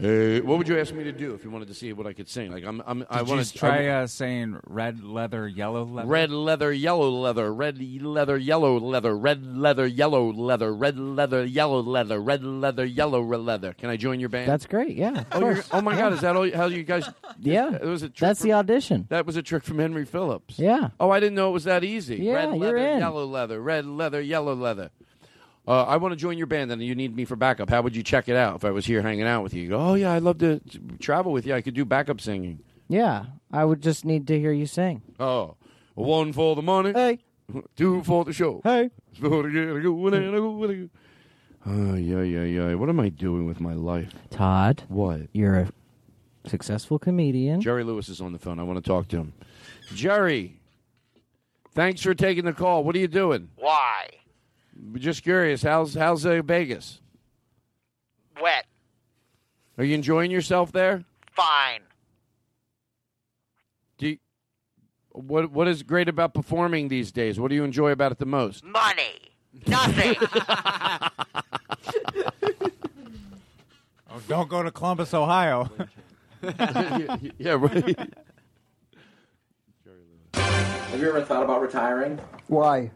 Eh, what would you ask me to do if you wanted to see what I could sing? Like I'm, I'm I Did want you try uh, saying red leather, yellow leather? Red leather, yellow leather, red leather, yellow leather, red leather, yellow leather, red leather, yellow leather, red leather, yellow re- leather. Can I join your band? That's great. Yeah. Of Oh, you're- course. oh my yeah. God! Is that all? How you guys? Yeah. It was a trick That's from- the audition. That was a trick from Henry Phillips. Yeah. Oh, I didn't know it was that easy. Yeah, red you're leather, in. yellow leather, red leather, yellow leather. Uh, I want to join your band, and you need me for backup. How would you check it out if I was here hanging out with you? You go, oh yeah, I'd love to t- travel with you. I could do backup singing. Yeah. I would just need to hear you sing. Oh, one for the money. Hey. Two for the show. Hey. Oh, yeah, yeah, yeah. What am I doing with my life? Todd. What? You're a successful comedian. Jerry Lewis is on the phone. I want to talk to him. Jerry, thanks for taking the call. What are you doing? Why? Just curious. How's how's uh, Vegas? Wet. Are you enjoying yourself there? Fine. Do you, what what is great about performing these days? What do you enjoy about it the most? Money. Nothing. Oh, don't go to Columbus, Ohio. yeah, right. retiring? Why?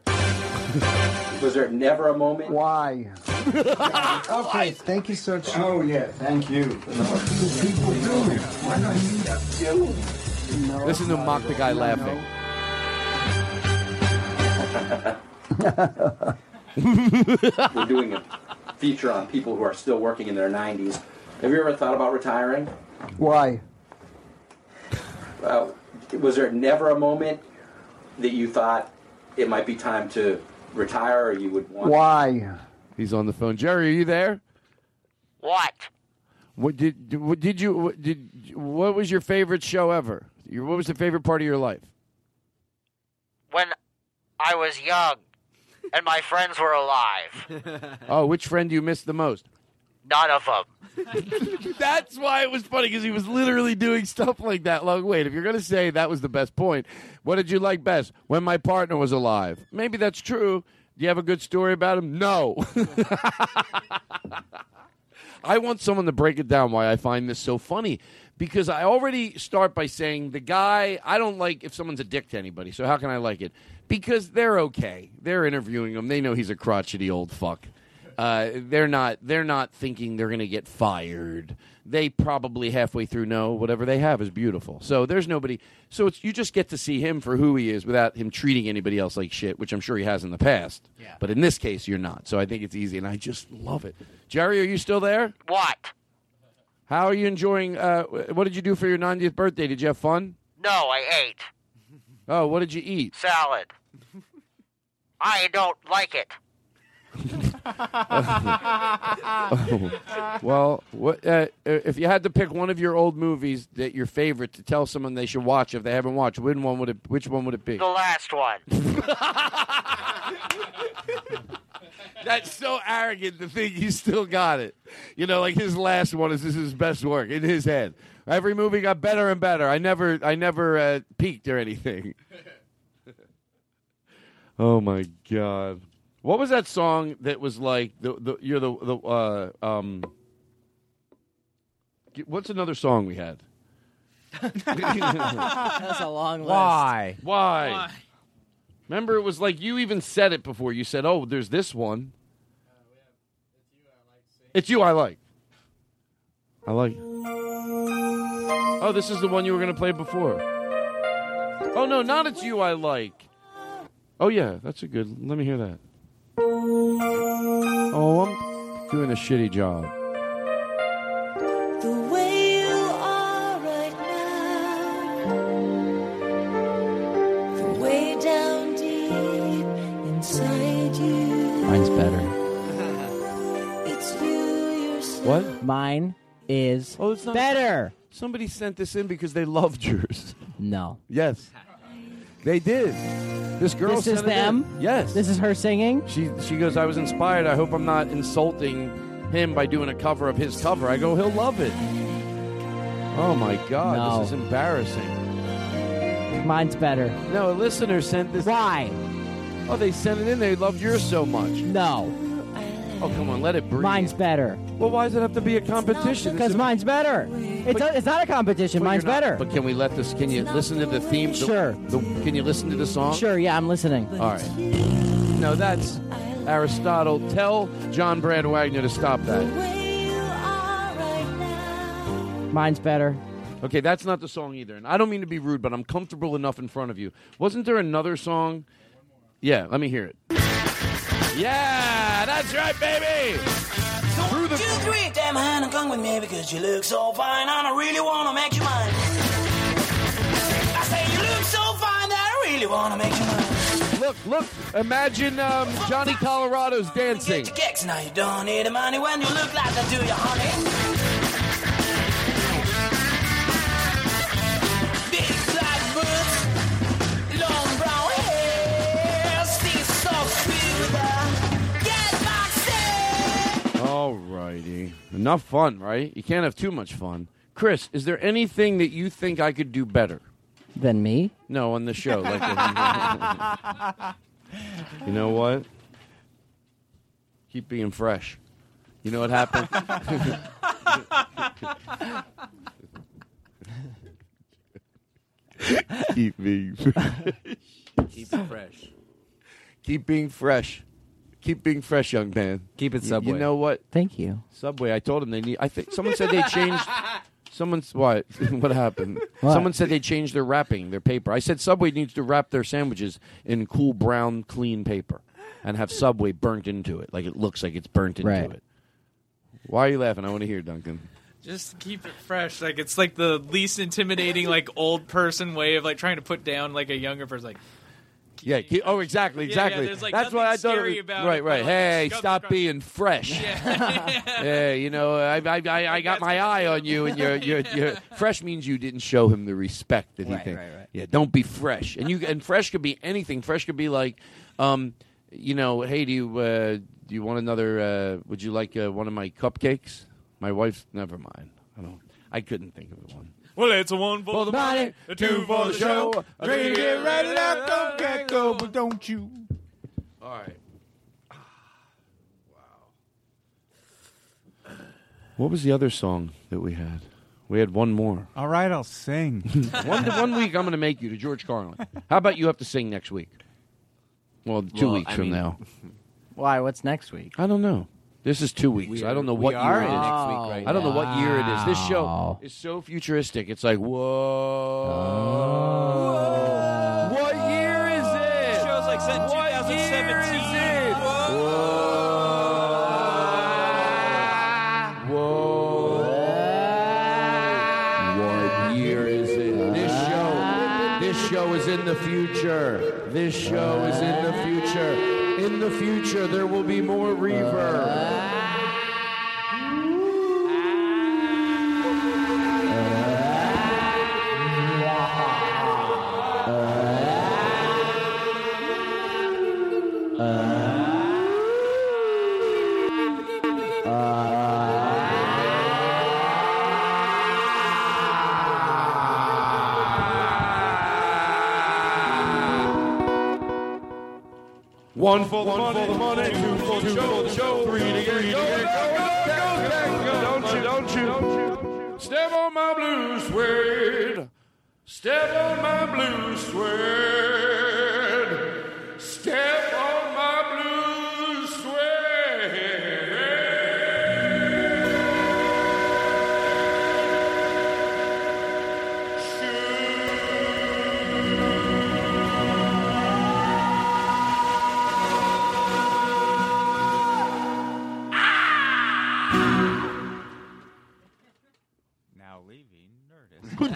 Was there never a moment? Why? okay, thank you so much. Oh, yeah, thank you. What do you people do? Why not you? No, Listen to mock the guy laughing. We're doing a feature on people who are still working in their 90s. Have you ever thought about retiring? Why? Uh, was there never a moment that you thought it might be time to retire or you would want Why? He's on the phone. Jerry, are you there? What? What did what did you what did what was your favorite show ever? Your, what was the favorite part of your life? When I was young and my friends were alive. Oh, which friend do you miss the most? None of them. That's why it was funny because he was literally doing stuff like that. Like, wait, if you're gonna say that was the best point, what did you like best? When my partner was alive. Maybe that's true. Do you have a good story about him? No. I want someone to break it down why I find this so funny because I already start by saying the guy, I don't like if someone's a dick to anybody, so how can I like it? Because they're okay. They're interviewing him. They know he's a crotchety old fuck. Uh, they're not they're not thinking they're going to get fired. They probably halfway through know whatever they have is beautiful. So there's nobody so it's you just get to see him for who he is without him treating anybody else like shit, which I'm sure he has in the past. Yeah. But in this case you're not. So I think it's easy and I just love it. Jerry, are you still there? What? How are you enjoying? Uh, what did you do for your 90th birthday? Did you have fun? No, I ate Oh, what did you eat? salad. I don't like it. Oh, well, what, uh, if you had to pick one of your old movies that your favorite to tell someone they should watch if they haven't watched, which one would it? Which one would it be? The last one. That's so arrogant to think you still got it. You know, like his last one is this is his best work in his head. Every movie got better and better. I never, I never uh, peaked or anything. Oh my god. What was that song that was like the, the you're the the uh, um g- what's another song we had? That's a long list. Why? Remember it was like you even said it before. You said, "Oh, there's this one." It's you I like. I like. Oh, this is the one you were going to play before. Oh no, not it's you I like. Oh yeah, that's a good. Let me hear that. Oh, I'm doing a shitty job. The way you are right now, way down deep inside you. Mine's better. It's you yourself. What? Mine is oh, it's not better. Somebody sent this in because they loved yours. No. Yes, they did. This girl. This sent is it in. them? Yes. This is her singing. She she goes. I was inspired. I hope I'm not insulting him by doing a cover of his cover. I go. He'll love it. Oh my God, No. this is embarrassing. Mine's better. No, a listener sent this. Why? Oh, they sent it in. They loved yours so much. No. Oh, come on, let it breathe. Mine's better. Well, why does it have to be a competition? Because mine's better. It does, it's not a competition. Mine's better. But can we let this? Can you listen to the theme? the- Sure. the- can you listen to the song? Sure, yeah, I'm listening. All right. No, that's Aristotle. Tell John Brad Wagner to stop that. Mine's better. Okay, that's not the song either. And I don't mean to be rude, but I'm comfortable enough in front of you. Wasn't there another song? Yeah, let me hear it. Yeah, that's right, baby. Through the two, three, damn hand and come with me because you look so fine and I really wanna make you mine. I say you look so fine that I really wanna make you mine. Look, look. Imagine um, Johnny Colorado's dancing. Get your kicks now you don't need the money when you look like that, do you, honey? Big black boots, long brown hair, sing so sweet with a get back All righty. Enough fun, right? You can't have too much fun. Chris, is there anything that you think I could do better? Than me? No, on the show. Like, you know what? Keep being fresh. You know what happened? Keep being fresh. Keep it fresh. Keep being fresh. Keep being fresh, young man. Keep it Y- You, Subway. know what? Thank you. Subway. I told him they need. I think someone said they changed. Someone's what? what happened? What? Someone said they changed their wrapping, their paper. I said Subway needs to wrap their sandwiches in cool brown, clean paper, and have Subway burnt into it, like it looks like it's burnt into Right. it. Why are you laughing? I want to hear, Duncan. Just keep it fresh. Like it's like the least intimidating, like old person way of like trying to put down like a younger person. Like Yeah. Keep, oh, exactly, Yeah, yeah, exactly. there's, like, That's nothing why I thought. it scary was- about right, it, right. but, like, hey, scrub, stop scrub. being fresh. Yeah. yeah, you know, I, I, I, I got my eye on you, and you're, you're, you're fresh means you didn't show him the respect that he Right, thinks. right, right. Yeah, don't be fresh, and you and fresh could be anything. Fresh could be like, um, you know, hey, do you uh, do you want another? Uh, would you like uh, one of my cupcakes? My wife's never mind. I don't. I couldn't think of it. Well, it's a one for the money, a two for the show, a three to get ready now, go get go, but don't you? All right. What was the other song that we had? We had one more. All right, I'll sing. one, one week I'm going to make you to George Carlin. How about you have to sing next week? Well, two Well, weeks I from mean- now. Why? What's next week? I don't know. This is two weeks. I don't know we what are year it in is. next week right I don't know what now. year it is. This Wow. show is so futuristic. It's like, whoa. What year is it? Show's like set 2017. What year is it? This show. This show is in the future. This show is in the future. In the future, there will be more reverb. One for the money, two for the show, three to get go, go, go, go, go, don't you, don't you, step on my blue suede, step on my blue suede, step on my blue Now leaving All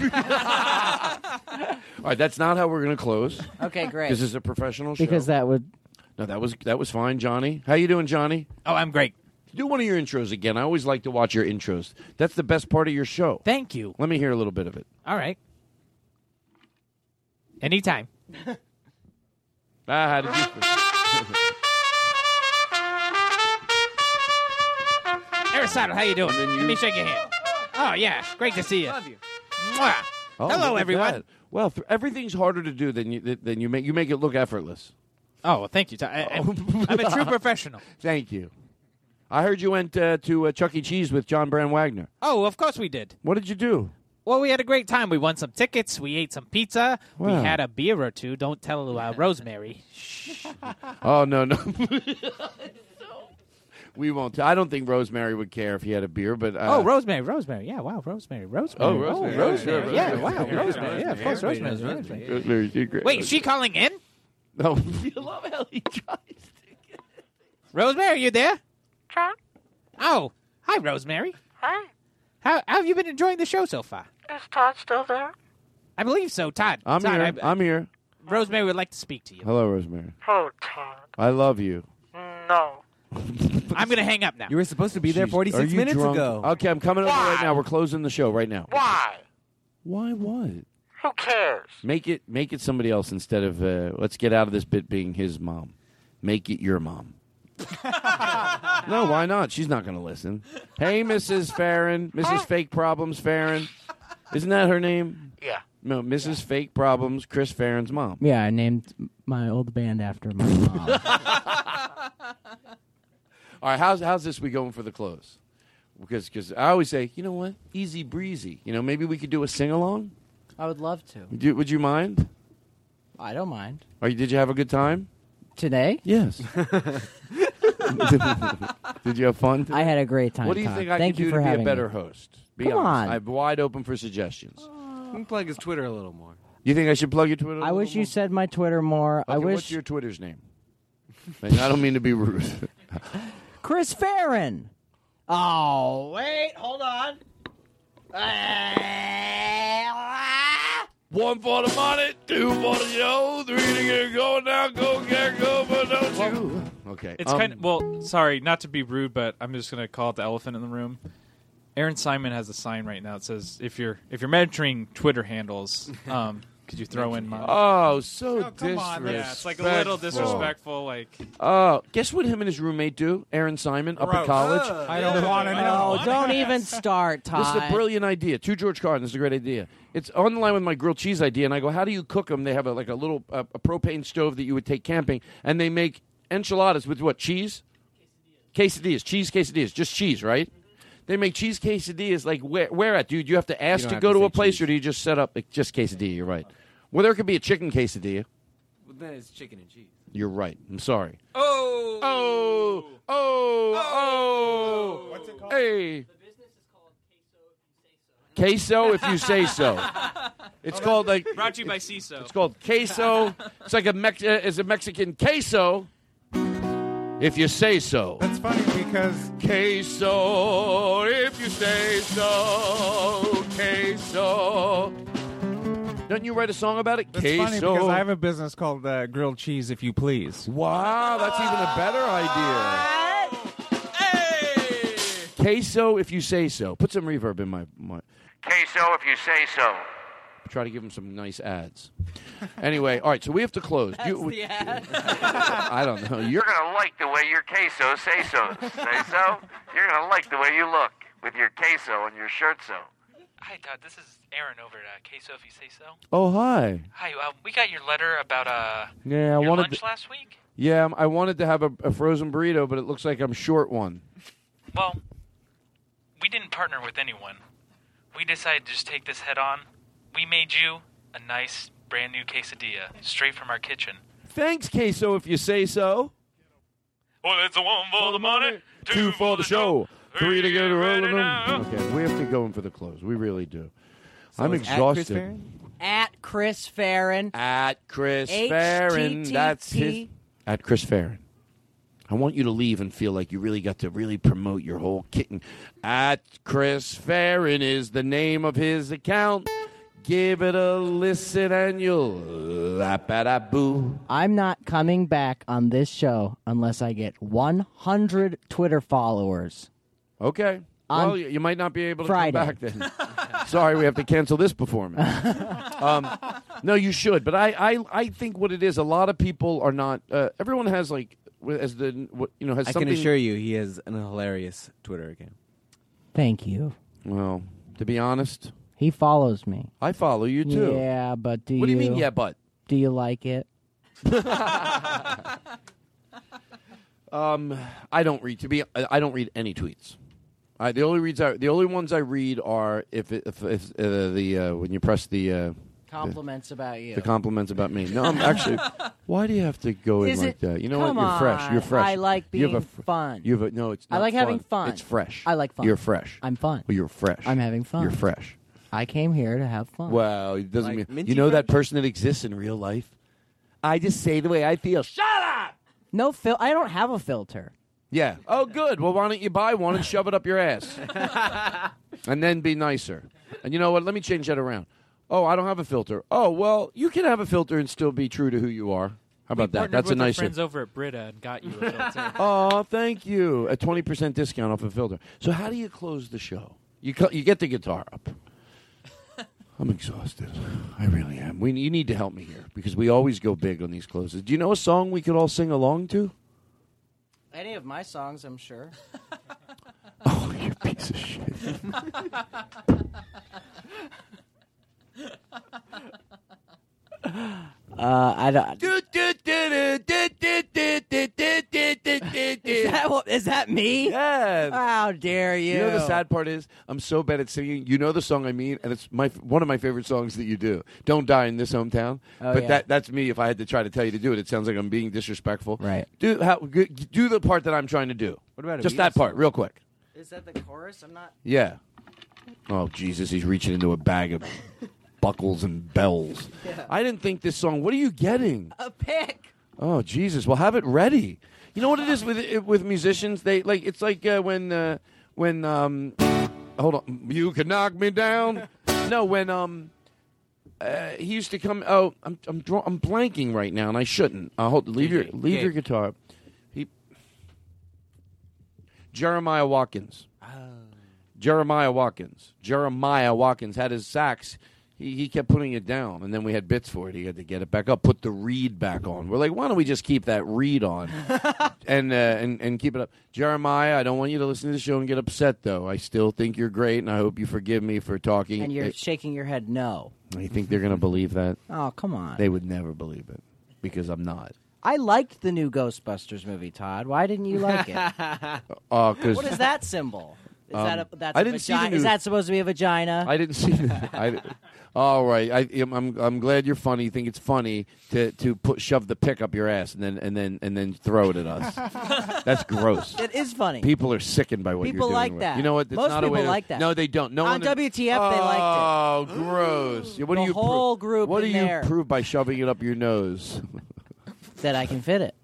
right, that's not how we're going to close. Okay, great. This is a professional show. Because that would. No, that was that was fine, Johnny. How you doing, Johnny? Oh, I'm great. Do one of your intros again. I always like to watch your intros. That's the best part of your show. Thank you. Let me hear a little bit of it. All right. Anytime. Ah, how did you? Aristotle, how you doing? Let me shake your hand. Oh yeah, great to see you. Love you. Mwah. Oh, Hello, look at everyone. that. Well, th- everything's harder to do than you th- than you make you make it look effortless. Oh, well, thank you. Ti- I, am I'm a true professional. Thank you. I heard you went uh, to uh, Chuck E. Cheese with John Brand Wagner. Oh, of course we did. What did you do? Well, we had a great time. We won some tickets. We ate some pizza. Wow. We had a beer or two. Don't tell uh, Rosemary. Shh. Oh no no. we won't. I I don't think Rosemary would care if he had a beer, but uh, oh, Rosemary, Rosemary. Yeah, wow, Rosemary, Rosemary. Oh, Rosemary. Oh, Rosemary. Yeah, Yeah, sure, wow, Rosemary. Rosemary. Yeah, of course, Rosemary. Rosemary. Rosemary Secret. Wait, is she calling in? No. you love how he tries to get Rosemary, are you there? Oh, hi, Rosemary. Hi, How, how have you been enjoying the show so far? is Todd still there? I believe so, Todd. I'm Todd, here. I, I'm here. Rosemary would like to speak to you. Hello, Rosemary. Oh, Todd. I love you. No. I'm going to hang up now. You were supposed to be there Jeez, 46 are you minutes drunk? ago. Okay, I'm coming over right now. We're closing the show right now. Why? Why what? Who cares? Make it make it somebody else instead of uh, let's get out of this bit being his mom. Make it your mom. no, why not? She's not going to listen. Hey, Mrs. Farron, Mrs. Fake Problems Farron, isn't that her name? Yeah. No, Mrs. Fake Problems, Chris Farron's mom. Yeah, I named my old band after my mom. All right, how's how's this we going for the close? Because because I always say, you know what, easy breezy. You know, maybe we could do a sing along. I would love to. Would you, would you mind? I don't mind. Are you, did you have a good time? Today? Yes. did you have fun? I had a great time. What do you Todd. think I Thank could do you for to be a having better me. host? Be Come honest. on. I'm wide open for suggestions. You can plug his Twitter a little more. You think I should plug your Twitter? I wish you said my Twitter more. I Okay, wish What's your Twitter's name? And I don't mean to be rude. Chris Farron. Oh wait, hold on. One for the money, two for the show, three to get going now, go get go, but don't you. Okay. It's um, kind of well, sorry, not to be rude, but I'm just gonna call it the elephant in the room. Aaron Simon has a sign right now. It says, "If you're if you're mentoring Twitter handles, um, could you throw in my?" Oh, so come on, yeah, it's like a little disrespectful, like- Oh, guess what? Him and his roommate do. Aaron Simon, up at Gross. college. Ugh. I don't wanna Oh, don't even start, Todd. This is a brilliant idea. To George Carlin, this is a great idea. It's on the line with my grilled cheese idea, and I go, "How do you cook them?" They have a, like a little uh, a propane stove that you would take camping, and they make enchiladas with what cheese? Quesadillas, cheese quesadillas, just cheese, right? They make cheese quesadillas. Like where, where at, dude? You have to ask don't to have go to, to say a place, or do you just set up like, just quesadilla? You're right. Well, there could be a chicken quesadilla. Well, then it's chicken and cheese. You're right. I'm sorry. Oh! Oh! Oh! Oh! What's it called? Hey. Queso, if you say so. It's called like Brought to you by CISO. It's called queso. It's like a Mex- uh, it's a Mexican queso. If you say so. That's funny because queso, if you say so, queso. Don't you write a song about it? That's queso. funny because I have a business called uh, Grilled Cheese, if you please. Wow, that's even a better idea. Queso, if you say so. Put some reverb in my, my Queso, if you say so. try to give them some nice ads. anyway, all right, so we have to close. Do you- I don't know. You're You're gonna like the way your queso say so. Say so. You're gonna like the way you look with your queso and your shirt so. Hi, Todd. This is Aaron over at uh, Queso, if you say so. Oh, hi. Hi. Uh, we got your letter about uh. Yeah, I your wanted lunch to- last week. Yeah, I'm- I wanted to have a, a frozen burrito, but it looks like I'm short one. Well, we didn't partner with anyone. We decided to just take this head on. We made you a nice brand new quesadilla straight from our kitchen. Thanks, queso, if you say so. Well, it's a one for the money. Two for the show. Three to get rolling. Okay, we have to go in for the close. We really do. I'm it's at Chris exhausted. Farron? At Chris Farron. At Chris Farron, that's his- At Chris Farron. I want you to leave and feel like you really got to really promote your whole kitten. At Chris Farron is the name of his account. Give it a listen and you'll lap at a boo. I'm not coming back on this show unless I get 100 Twitter followers. Okay. On well, you, you might not be able to Friday. come back then. Sorry, we have to cancel this performance. um, no, you should. But I, I, I think what it is, a lot of people are not. Uh, everyone has like, wh- as the what, you know, has I something. can assure you, he has an hilarious Twitter account. Thank you. Well, to be honest, He follows me. I follow you too. Yeah, but do What do you you mean, yeah, but? Do you like it? Um, I don't read to be. I I don't read any tweets. I, the only reads I, the only ones I read are if it, if, if uh, the uh, when you press the uh, Compliments about you. the compliments about me. No, I'm actually. Why do you have to go Is in it- like that? You know come what? You're fresh. You're on. fresh. I like You have a being fun. You have a no. It's. I not like having fun. It's fresh. I like fun. You're fresh. I'm fun. Well, you're fresh. I'm having fun. You're fresh. I came here to have fun. Wow, it doesn't Like mean minty you know that person that exists in real life. I just say the way I feel. Shut up. No fil- I don't have a filter. Yeah. Oh, good. Well, why don't you buy one and shove it up your ass, and then be nicer. And you know what? Let me change that around. Oh, I don't have a filter. Oh, well, you can have a filter and still be true to who you are. How about that? Partnered That's a with our nicer. Friends over at Brita and got you a filter. Oh, thank you. A 20% discount off a filter. So how do you close the show? You cu- you get the guitar up. I'm exhausted. I really am. We you need to help me here because we always go big on these closes. Do you know a song we could all sing along to? Any of my songs, I'm sure. Oh, you piece of shit. Uh, I don't. Is Uh, that what- Is that me? Yeah. How dare you? You know the sad part is I'm so bad at singing. You know the song I mean, and it's my one of my favorite songs that you do. Don't die in this hometown. Oh, but yeah. that that's me. If I had to try to tell you to do it, it sounds like I'm being disrespectful. Right. Do how g- do the part that I'm trying to do. What about a just Beatles that part, song? real quick? Is that the chorus? I'm not. Yeah. Oh Jesus, he's reaching into a bag of buckles and bells. Yeah. I didn't think this song. What are you getting? A pick. Oh Jesus! Well, have it ready. You know what it is with it, with musicians? They like it's like uh, when uh, when um, hold on, you can knock me down. no, when um, uh, he used to come. Oh, I'm I'm draw, I'm blanking right now, and I shouldn't. Uh, hold, leave your leave your guitar. He Jeremiah Watkins. Oh. Jeremiah Watkins. Jeremiah Watkins had his sax. He, he kept putting it down, and then we had bits for it. He had to get it back up, put the reed back on. We're like, why don't we just keep that reed on and, uh, and and keep it up? Jeremiah, I don't want you to listen to the show and get upset, though. I still think you're great, and I hope you forgive me for talking. And you're I, shaking your head no. I think they're going to believe that. Oh, come on. They would never believe it because I'm not. I liked the new Ghostbusters movie, Todd. Why didn't you like it? Uh, 'cause- what is that symbol? Is Um, that a, that's I a didn't see the vagina? new- Is that uh, supposed to be a vagina? I didn't see that. I, all right, I, am I'm I'm glad you're funny. You think it's funny to to put shove the pick up your ass and then and then and then throw it at us. That's gross. It is funny. People are sickened by what People you're doing. like with- that. You know what? It's Most not a way people to- like that. No, they don't. No On one WTF, they liked it. Oh, gross. Yeah, What The do you whole prove? group What do in you there. prove by shoving it up your nose? that I can fit it.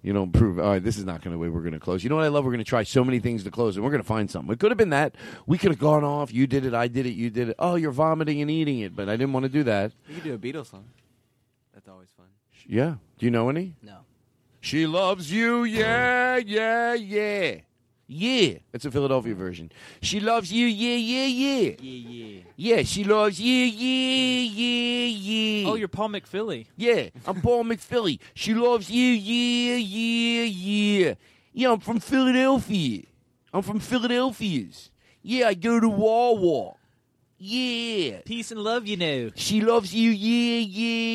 You don't prove. All right, this is not going to way we're going to close. You know what I love? We're going to try so many things to close, and we're going to find something. It could have been that we could have gone off. You did it. I did it. You did it. Oh, you're vomiting and eating it, but I didn't want to do that. You could do a Beatles song. That's always fun. Yeah. Do you know any? No. She loves you. Yeah, yeah, yeah, yeah. It's a Philadelphia version. She loves you. Yeah, yeah, yeah. yeah. Oh, Yeah, she loves you. Yeah, yeah, yeah. Oh, you're Paul McPhilly. Yeah, I'm Paul McPhilly. She loves you. Yeah, yeah, yeah. Yeah, I'm from Philadelphia. I'm from Philadelphia's. Yeah, I go to Wawa. Yeah. Peace and love, you know. She loves you. Yeah,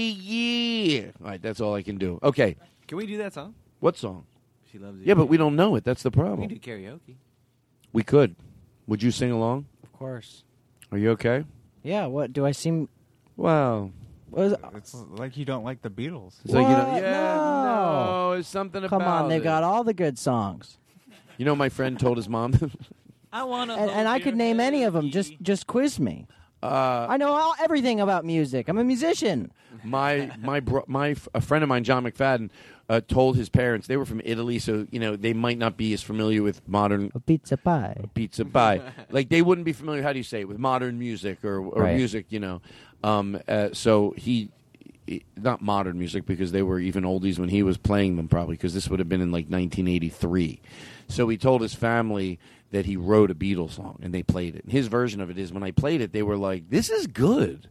yeah, yeah. All right, that's all I can do. Okay, Can we do that song? what song? She loves you. Yeah, but we don't know it. That's the We problem. can do karaoke. We could. Would you sing along? Of course. Are you okay? Yeah. What do I seem? Wow. Was, It's like you don't like the Beatles. It's like, you know, What? yeah, No. no. it's something Come on, about they've it. got all the good songs, You know, my friend told his mom. I want to. and, and I could name any of them. Just just quiz me. uh, I know all, everything about music. I'm a musician. my my bro- my f- a friend of mine, John McFadden, uh, told his parents they were from Italy, so you know they might not be as familiar with modern Pizza pie. pizza pie. like they wouldn't be familiar. How do you say it with modern music or, or Right. music? You know, um, uh, so he. he- Not modern music because they were even oldies when he was playing them, probably because this would have been in like 1983. So he told his family that he wrote a Beatles song and they played it. And his version of it is when I played it, they were like, "This is good."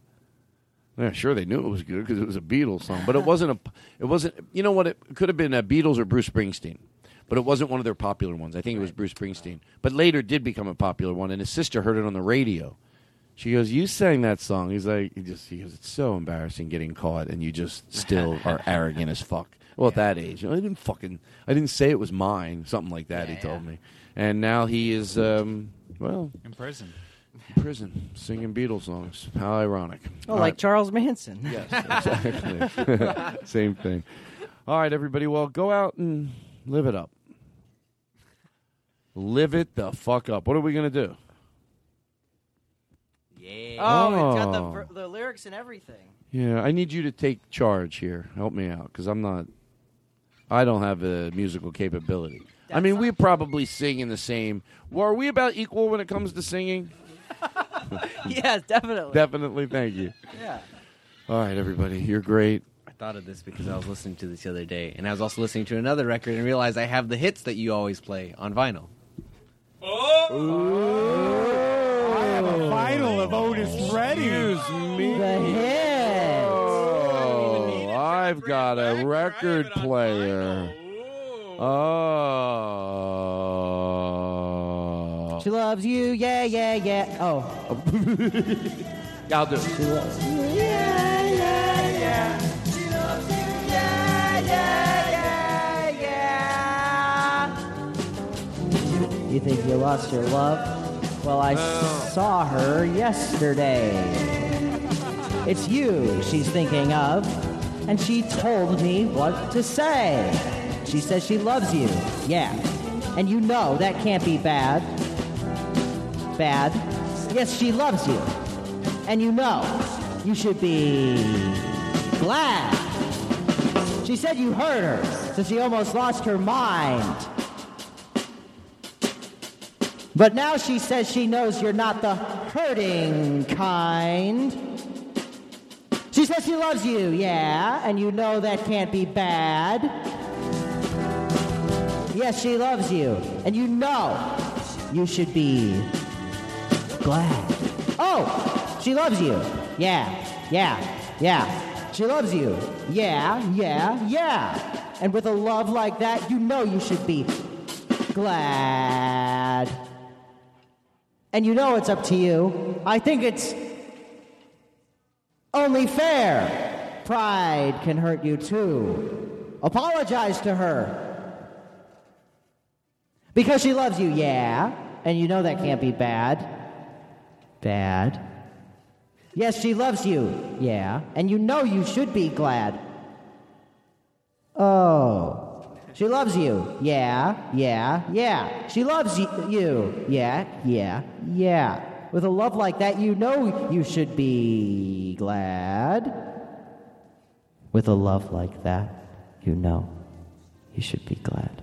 Yeah, sure, they knew it was good because it was a Beatles song, but it wasn't a. It wasn't. You know what? It could have been a Beatles or Bruce Springsteen, but it wasn't one of their popular ones. I think it was Bruce Springsteen, but later did become a popular one. And his sister heard it on the radio. She goes, "You sang that song." He's like, "He just." He goes, "It's so embarrassing getting caught, and you just still are arrogant as fuck." Well, at that age, I didn't fucking. I didn't say it was mine. Something like that. he told me, and now he is. Um, well, In prison. in prison singing Beatles songs. How ironic. Uh, Oh, All like right. Charles Manson. Yes, exactly. Same thing. All right, everybody. Well, go out and live it up. Live it the fuck up. What are we gonna do? Yeah. Oh, it's got the, Oh. ver- the lyrics and everything. Yeah, I need you to take charge here. Help me out, because I'm not. I don't have the musical capability. I mean, we probably sing in the same. Well, are we about equal when it comes to singing? yes, definitely. Definitely. Thank you. Yeah. All right, everybody. You're great. I thought of this because I was listening to this the other day, and I was also listening to another record and realized I have the hits that you always play on vinyl. I have a vinyl of Otis Redding. The Oh, I've got a record player. Oh. She loves you. Yeah, yeah, yeah. Oh. I'll do it. Yeah, yeah, yeah, yeah. You think you lost your love? Well, I saw her yesterday. It's you she's thinking of, and she told me what to say. She says she loves you. Yeah. And you know that can't be bad. Bad. Yes, she loves you. And you know you should be glad. She said you hurt her, so she almost lost her mind. But now she says she knows you're not the hurting kind. She says she loves you, yeah, and you know that can't be bad. Yes, she loves you, and you know you should be glad. Oh, she loves you, yeah, yeah, yeah. She loves you, yeah, yeah, yeah. And with a love like that, you know you should be glad. And you know it's up to you. I think it's only fair. Pride can hurt you too. Apologize to her. Because she loves you, yeah. And you know that can't be bad. Bad. Yes, she loves you, yeah. And you know you should be glad. Oh. She loves you, yeah, yeah, yeah. She loves y- you, yeah, yeah, yeah. With a love like that, you know you should be glad. With a love like that, you know you should be glad.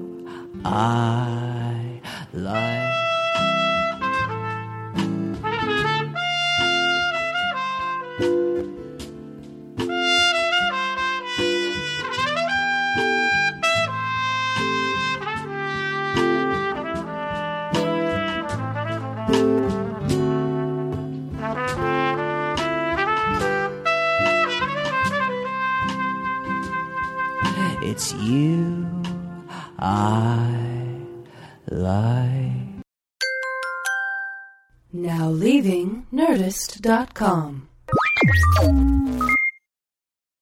I like. It's you I like. Now leaving Nerdist.com.